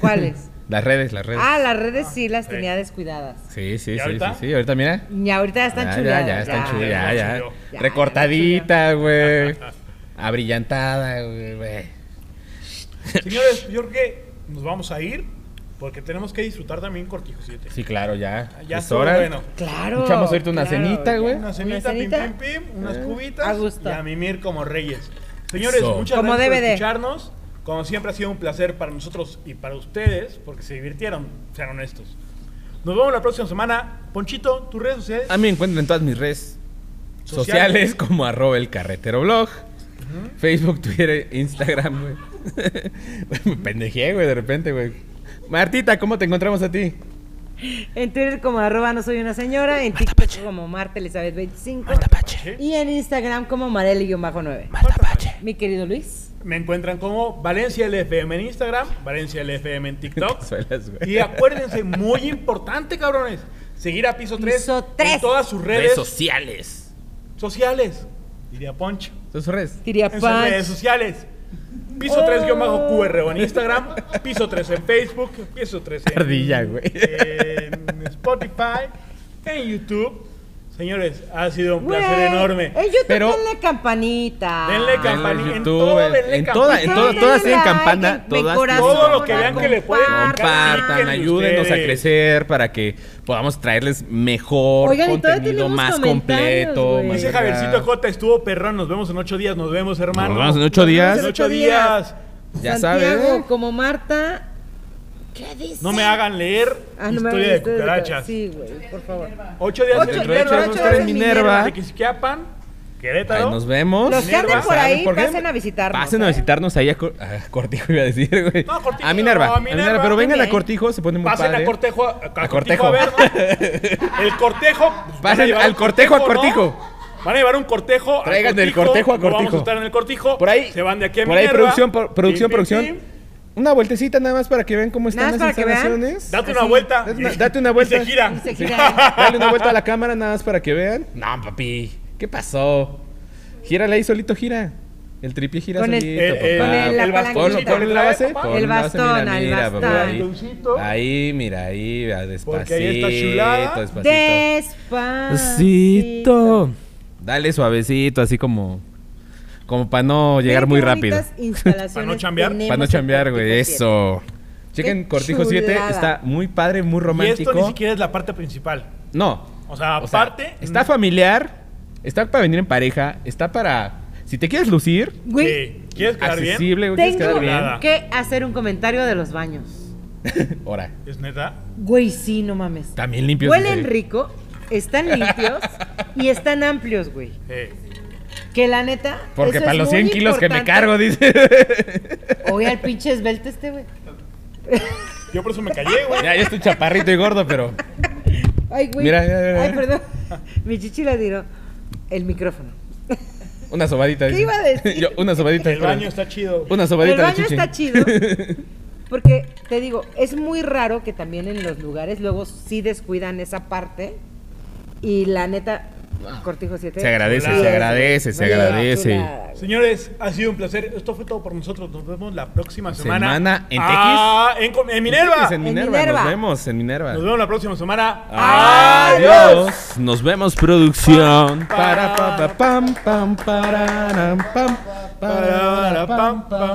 D: ¿Cuáles?
C: las redes, las redes.
D: ah, las redes sí las
B: sí.
D: tenía descuidadas.
C: Sí, sí,
B: ¿Y
C: sí,
B: ahorita?
C: sí, sí. Ahorita mira.
D: Y ahorita ya están
C: ya,
D: chuleadas.
C: ya, ya, están
B: ya, ya,
C: chulas, ya,
B: ya,
C: ya.
D: ya.
C: Recortadita, güey. Abrillantada, güey, güey.
B: Señores, yo creo que nos vamos a ir porque tenemos que disfrutar también Cortijo 7.
C: Sí, claro, ya.
B: Ya
C: es
B: estuvo
C: hora.
B: bueno.
D: Claro.
C: Echamos ahorita una
D: claro,
C: cenita,
D: ya.
C: güey.
B: Una cenita,
D: cenita.
B: pim, pim, pim, unas cubitas
D: a gusto.
B: y a mimir como reyes. Señores,
C: Eso.
B: muchas
D: Como
B: gracias por
D: DVD.
B: escucharnos. Como siempre ha sido un placer para nosotros y para ustedes, porque se divirtieron, sean honestos. Nos vemos la próxima semana. Ponchito, tus redes sociales.
C: A mí me encuentran en todas mis redes sociales,
B: Sociales.
C: como arroba el carretero blog. Facebook, Twitter, Instagram, güey. me pendejé, güey, de repente, güey. Martita, ¿cómo te encontramos a ti?
D: En Twitter como arroba no soy una señora, en TikTok como Marta Elizabeth 25 y en Instagram como Marely-9. Mi querido Luis.
B: Me encuentran como Valencia LFM en Instagram, Valencia LFM en TikTok.
C: Suelas, güey.
B: Y acuérdense, muy importante, cabrones, seguir a Piso 3
D: Piso tres.
B: en todas sus redes
C: Redes sociales.
B: sociales. Diría Poncho.
C: Sus redes.
D: Diría
B: En sus redes
D: Punch.
B: sociales. Piso 3-QR en Instagram, piso 3 en Facebook, piso 3 en,
C: Ardilla, güey.
B: en Spotify, en YouTube. Señores, ha sido un placer
D: Güey, eh,
B: enorme.
D: En YouTube
C: Pero-
D: denle campanita.
B: Denle campanita. Campani-
C: Denle
B: en
C: YouTube,
B: todo,
C: en-
B: denle
C: en
B: campanita.
C: toda- en todas,
D: Denle
C: todas tienen
D: like,
C: campana,
D: en
C: todas
D: corazón,
C: tienen
B: Todo lo que
C: campana.
B: vean que le pueden
C: compartan,
B: Compartan
C: ayúdenos a
B: ustedes.
C: crecer para que podamos traerles mejor
D: Oigan, y todavía
C: contenido
D: tenemos
C: más
D: comentarios,
C: completo.
D: güey.
C: más
B: Dice
C: variedad.
B: Javiercito Cota, estuvo perrón, nos vemos en ocho días, nos vemos hermano.
C: Nos vemos en ocho días.
B: En ocho días.
C: Ya
D: Santiago
C: sabes.
D: como Marta. ¿Qué dice?
B: No me hagan leer
D: Ah, no me
B: historia
D: hagan
B: de
D: historia de
B: cucarachas.
D: Sí, güey, por favor.
B: Ocho días
D: Ocho
B: en
D: días,
B: Minerva,
D: ocho
B: estar
D: días
B: en
D: en
B: Minerva,
D: Minerva.
B: Tequisquiapan,
C: Ahí
B: Querétaro.
C: nos vemos.
D: Los que
B: Minerva,
D: anden por
C: ¿Saben
D: ahí,
C: por qué?
D: pasen a visitarnos.
C: Pasen a
D: ¿eh?
C: visitarnos ahí a, Cor- a Cortijo, iba a decir, güey.
B: No, a Cortijo
C: a Minerva.
B: no, a
C: a Minerva,
B: Minerva
C: pero vengan a
D: también.
C: Cortijo, se pone muy
B: Pasen
C: padre.
B: a cortejo a, a
C: A
B: cortejo. a
C: cortejo.
B: vernos. El cortejo. pues, van a
C: Pasen
B: llevar
C: al
B: un
C: cortejo a
B: ¿no? Van a llevar un cortejo. al
C: Traigan del cortejo a
B: no Vamos
C: cortijo.
B: a estar en el cortijo.
C: Por ahí.
B: Se van de aquí a
C: Por ahí,
B: Minerva.
C: producción, por- producción,
B: Pim, pim,
C: producción.
B: pim.
C: Una vueltecita nada más para que vean cómo están
D: Nada
C: las
D: más para que vean.
C: instalaciones.
B: Date una vuelta.
C: Date una- date una vuelta.
B: Y se gira.
D: Y se giran.
C: Dale una vuelta a la cámara nada más para que vean. No, papi. ¿Qué pasó? Gírale ahí solito, gira. El tripié gira
D: Con el-
C: solito,
B: El, Eh, el,
C: papá.
D: Ponle la
B: el
D: palanquita.
C: Ponlo-
B: bastoncito
D: Ponle
B: que
C: ponle la
B: trae,
C: base.
B: papá.
C: ponle
D: El
C: la base,
D: bastón, al
C: papá,
D: bastón.
B: Bastoncito.
C: Ahí. ahí, mira, ahí, vea, despacito.
B: Porque ahí está chulada.
C: Despacito.
D: Despacito.
C: Dale suavecito, así como. Como para no llegar
D: Miren
C: muy
D: qué
C: rápido.
D: bonitas instalaciones
B: Pa' no chambear.
D: tenemos
C: Para no
D: en
C: chambear, güey.
D: Cortijo siete.
C: Eso. Chequen
D: Qué
C: Cortijo 7.
D: chulada.
C: Está muy padre,
B: Y
C: muy
B: esto
C: romántico.
B: ni siquiera es la parte principal.
C: No.
B: O sea,
C: O sea,
B: aparte. mm.
C: está familiar. Está para venir en pareja. Está para. Si te quieres lucir.
D: Güey,
B: Sí. eh, ¿Quieres quedar bien?
C: accesible, güey. ¿Quieres quedar bien?
D: tengo que hacer un comentario de los baños.
C: Ahora.
B: Es neta.
D: Güey, sí, no mames.
C: También limpios.
D: Huelen
C: en serio.
D: rico, están limpios y están amplios, güey.
B: Eh,
D: Que la neta.
C: Porque
D: eso
C: para
D: es
C: los
D: muy
C: 100 kilos que me
D: importante.
C: cargo, dice.
D: Oye, al pinche esbelto este, güey.
B: Yo por eso me callé, güey.
C: ya, yo estoy chaparrito y gordo, pero.
D: Ay, güey.
C: Mira, mira, mira,
D: Ay,
C: mira.
D: perdón. Mi chichi la tiró el micrófono.
C: Una sobadita.
D: ¿Qué
C: dice.
D: iba a decir?
C: Yo, una sobadita.
B: El
C: espera.
B: baño está chido.
C: Una sobadita
D: El
C: de
D: baño
C: chichi.
D: está chido. Porque te digo, es muy raro que también en los lugares luego sí descuidan esa parte. Y la neta, Cortijo 7.
C: Se agradece,
B: se
C: agradece, se
D: Oye,
C: agradece.
D: chulada, güey.
B: Señores, ha sido un placer. Esto fue todo por nosotros. Nos vemos la próxima semana.
C: Semana en Tequis.
B: Ah, en, Com- en Minerva.
C: En Ah.
D: En
C: Minerva.
D: Minerva.
C: Nos vemos en Minerva.
B: Nos vemos la próxima semana.
C: Adiós. Nos vemos producción. Para pa, pa, pam pam pararam, pam, pararam, pam, pam.
B: Ah, Pam, pam.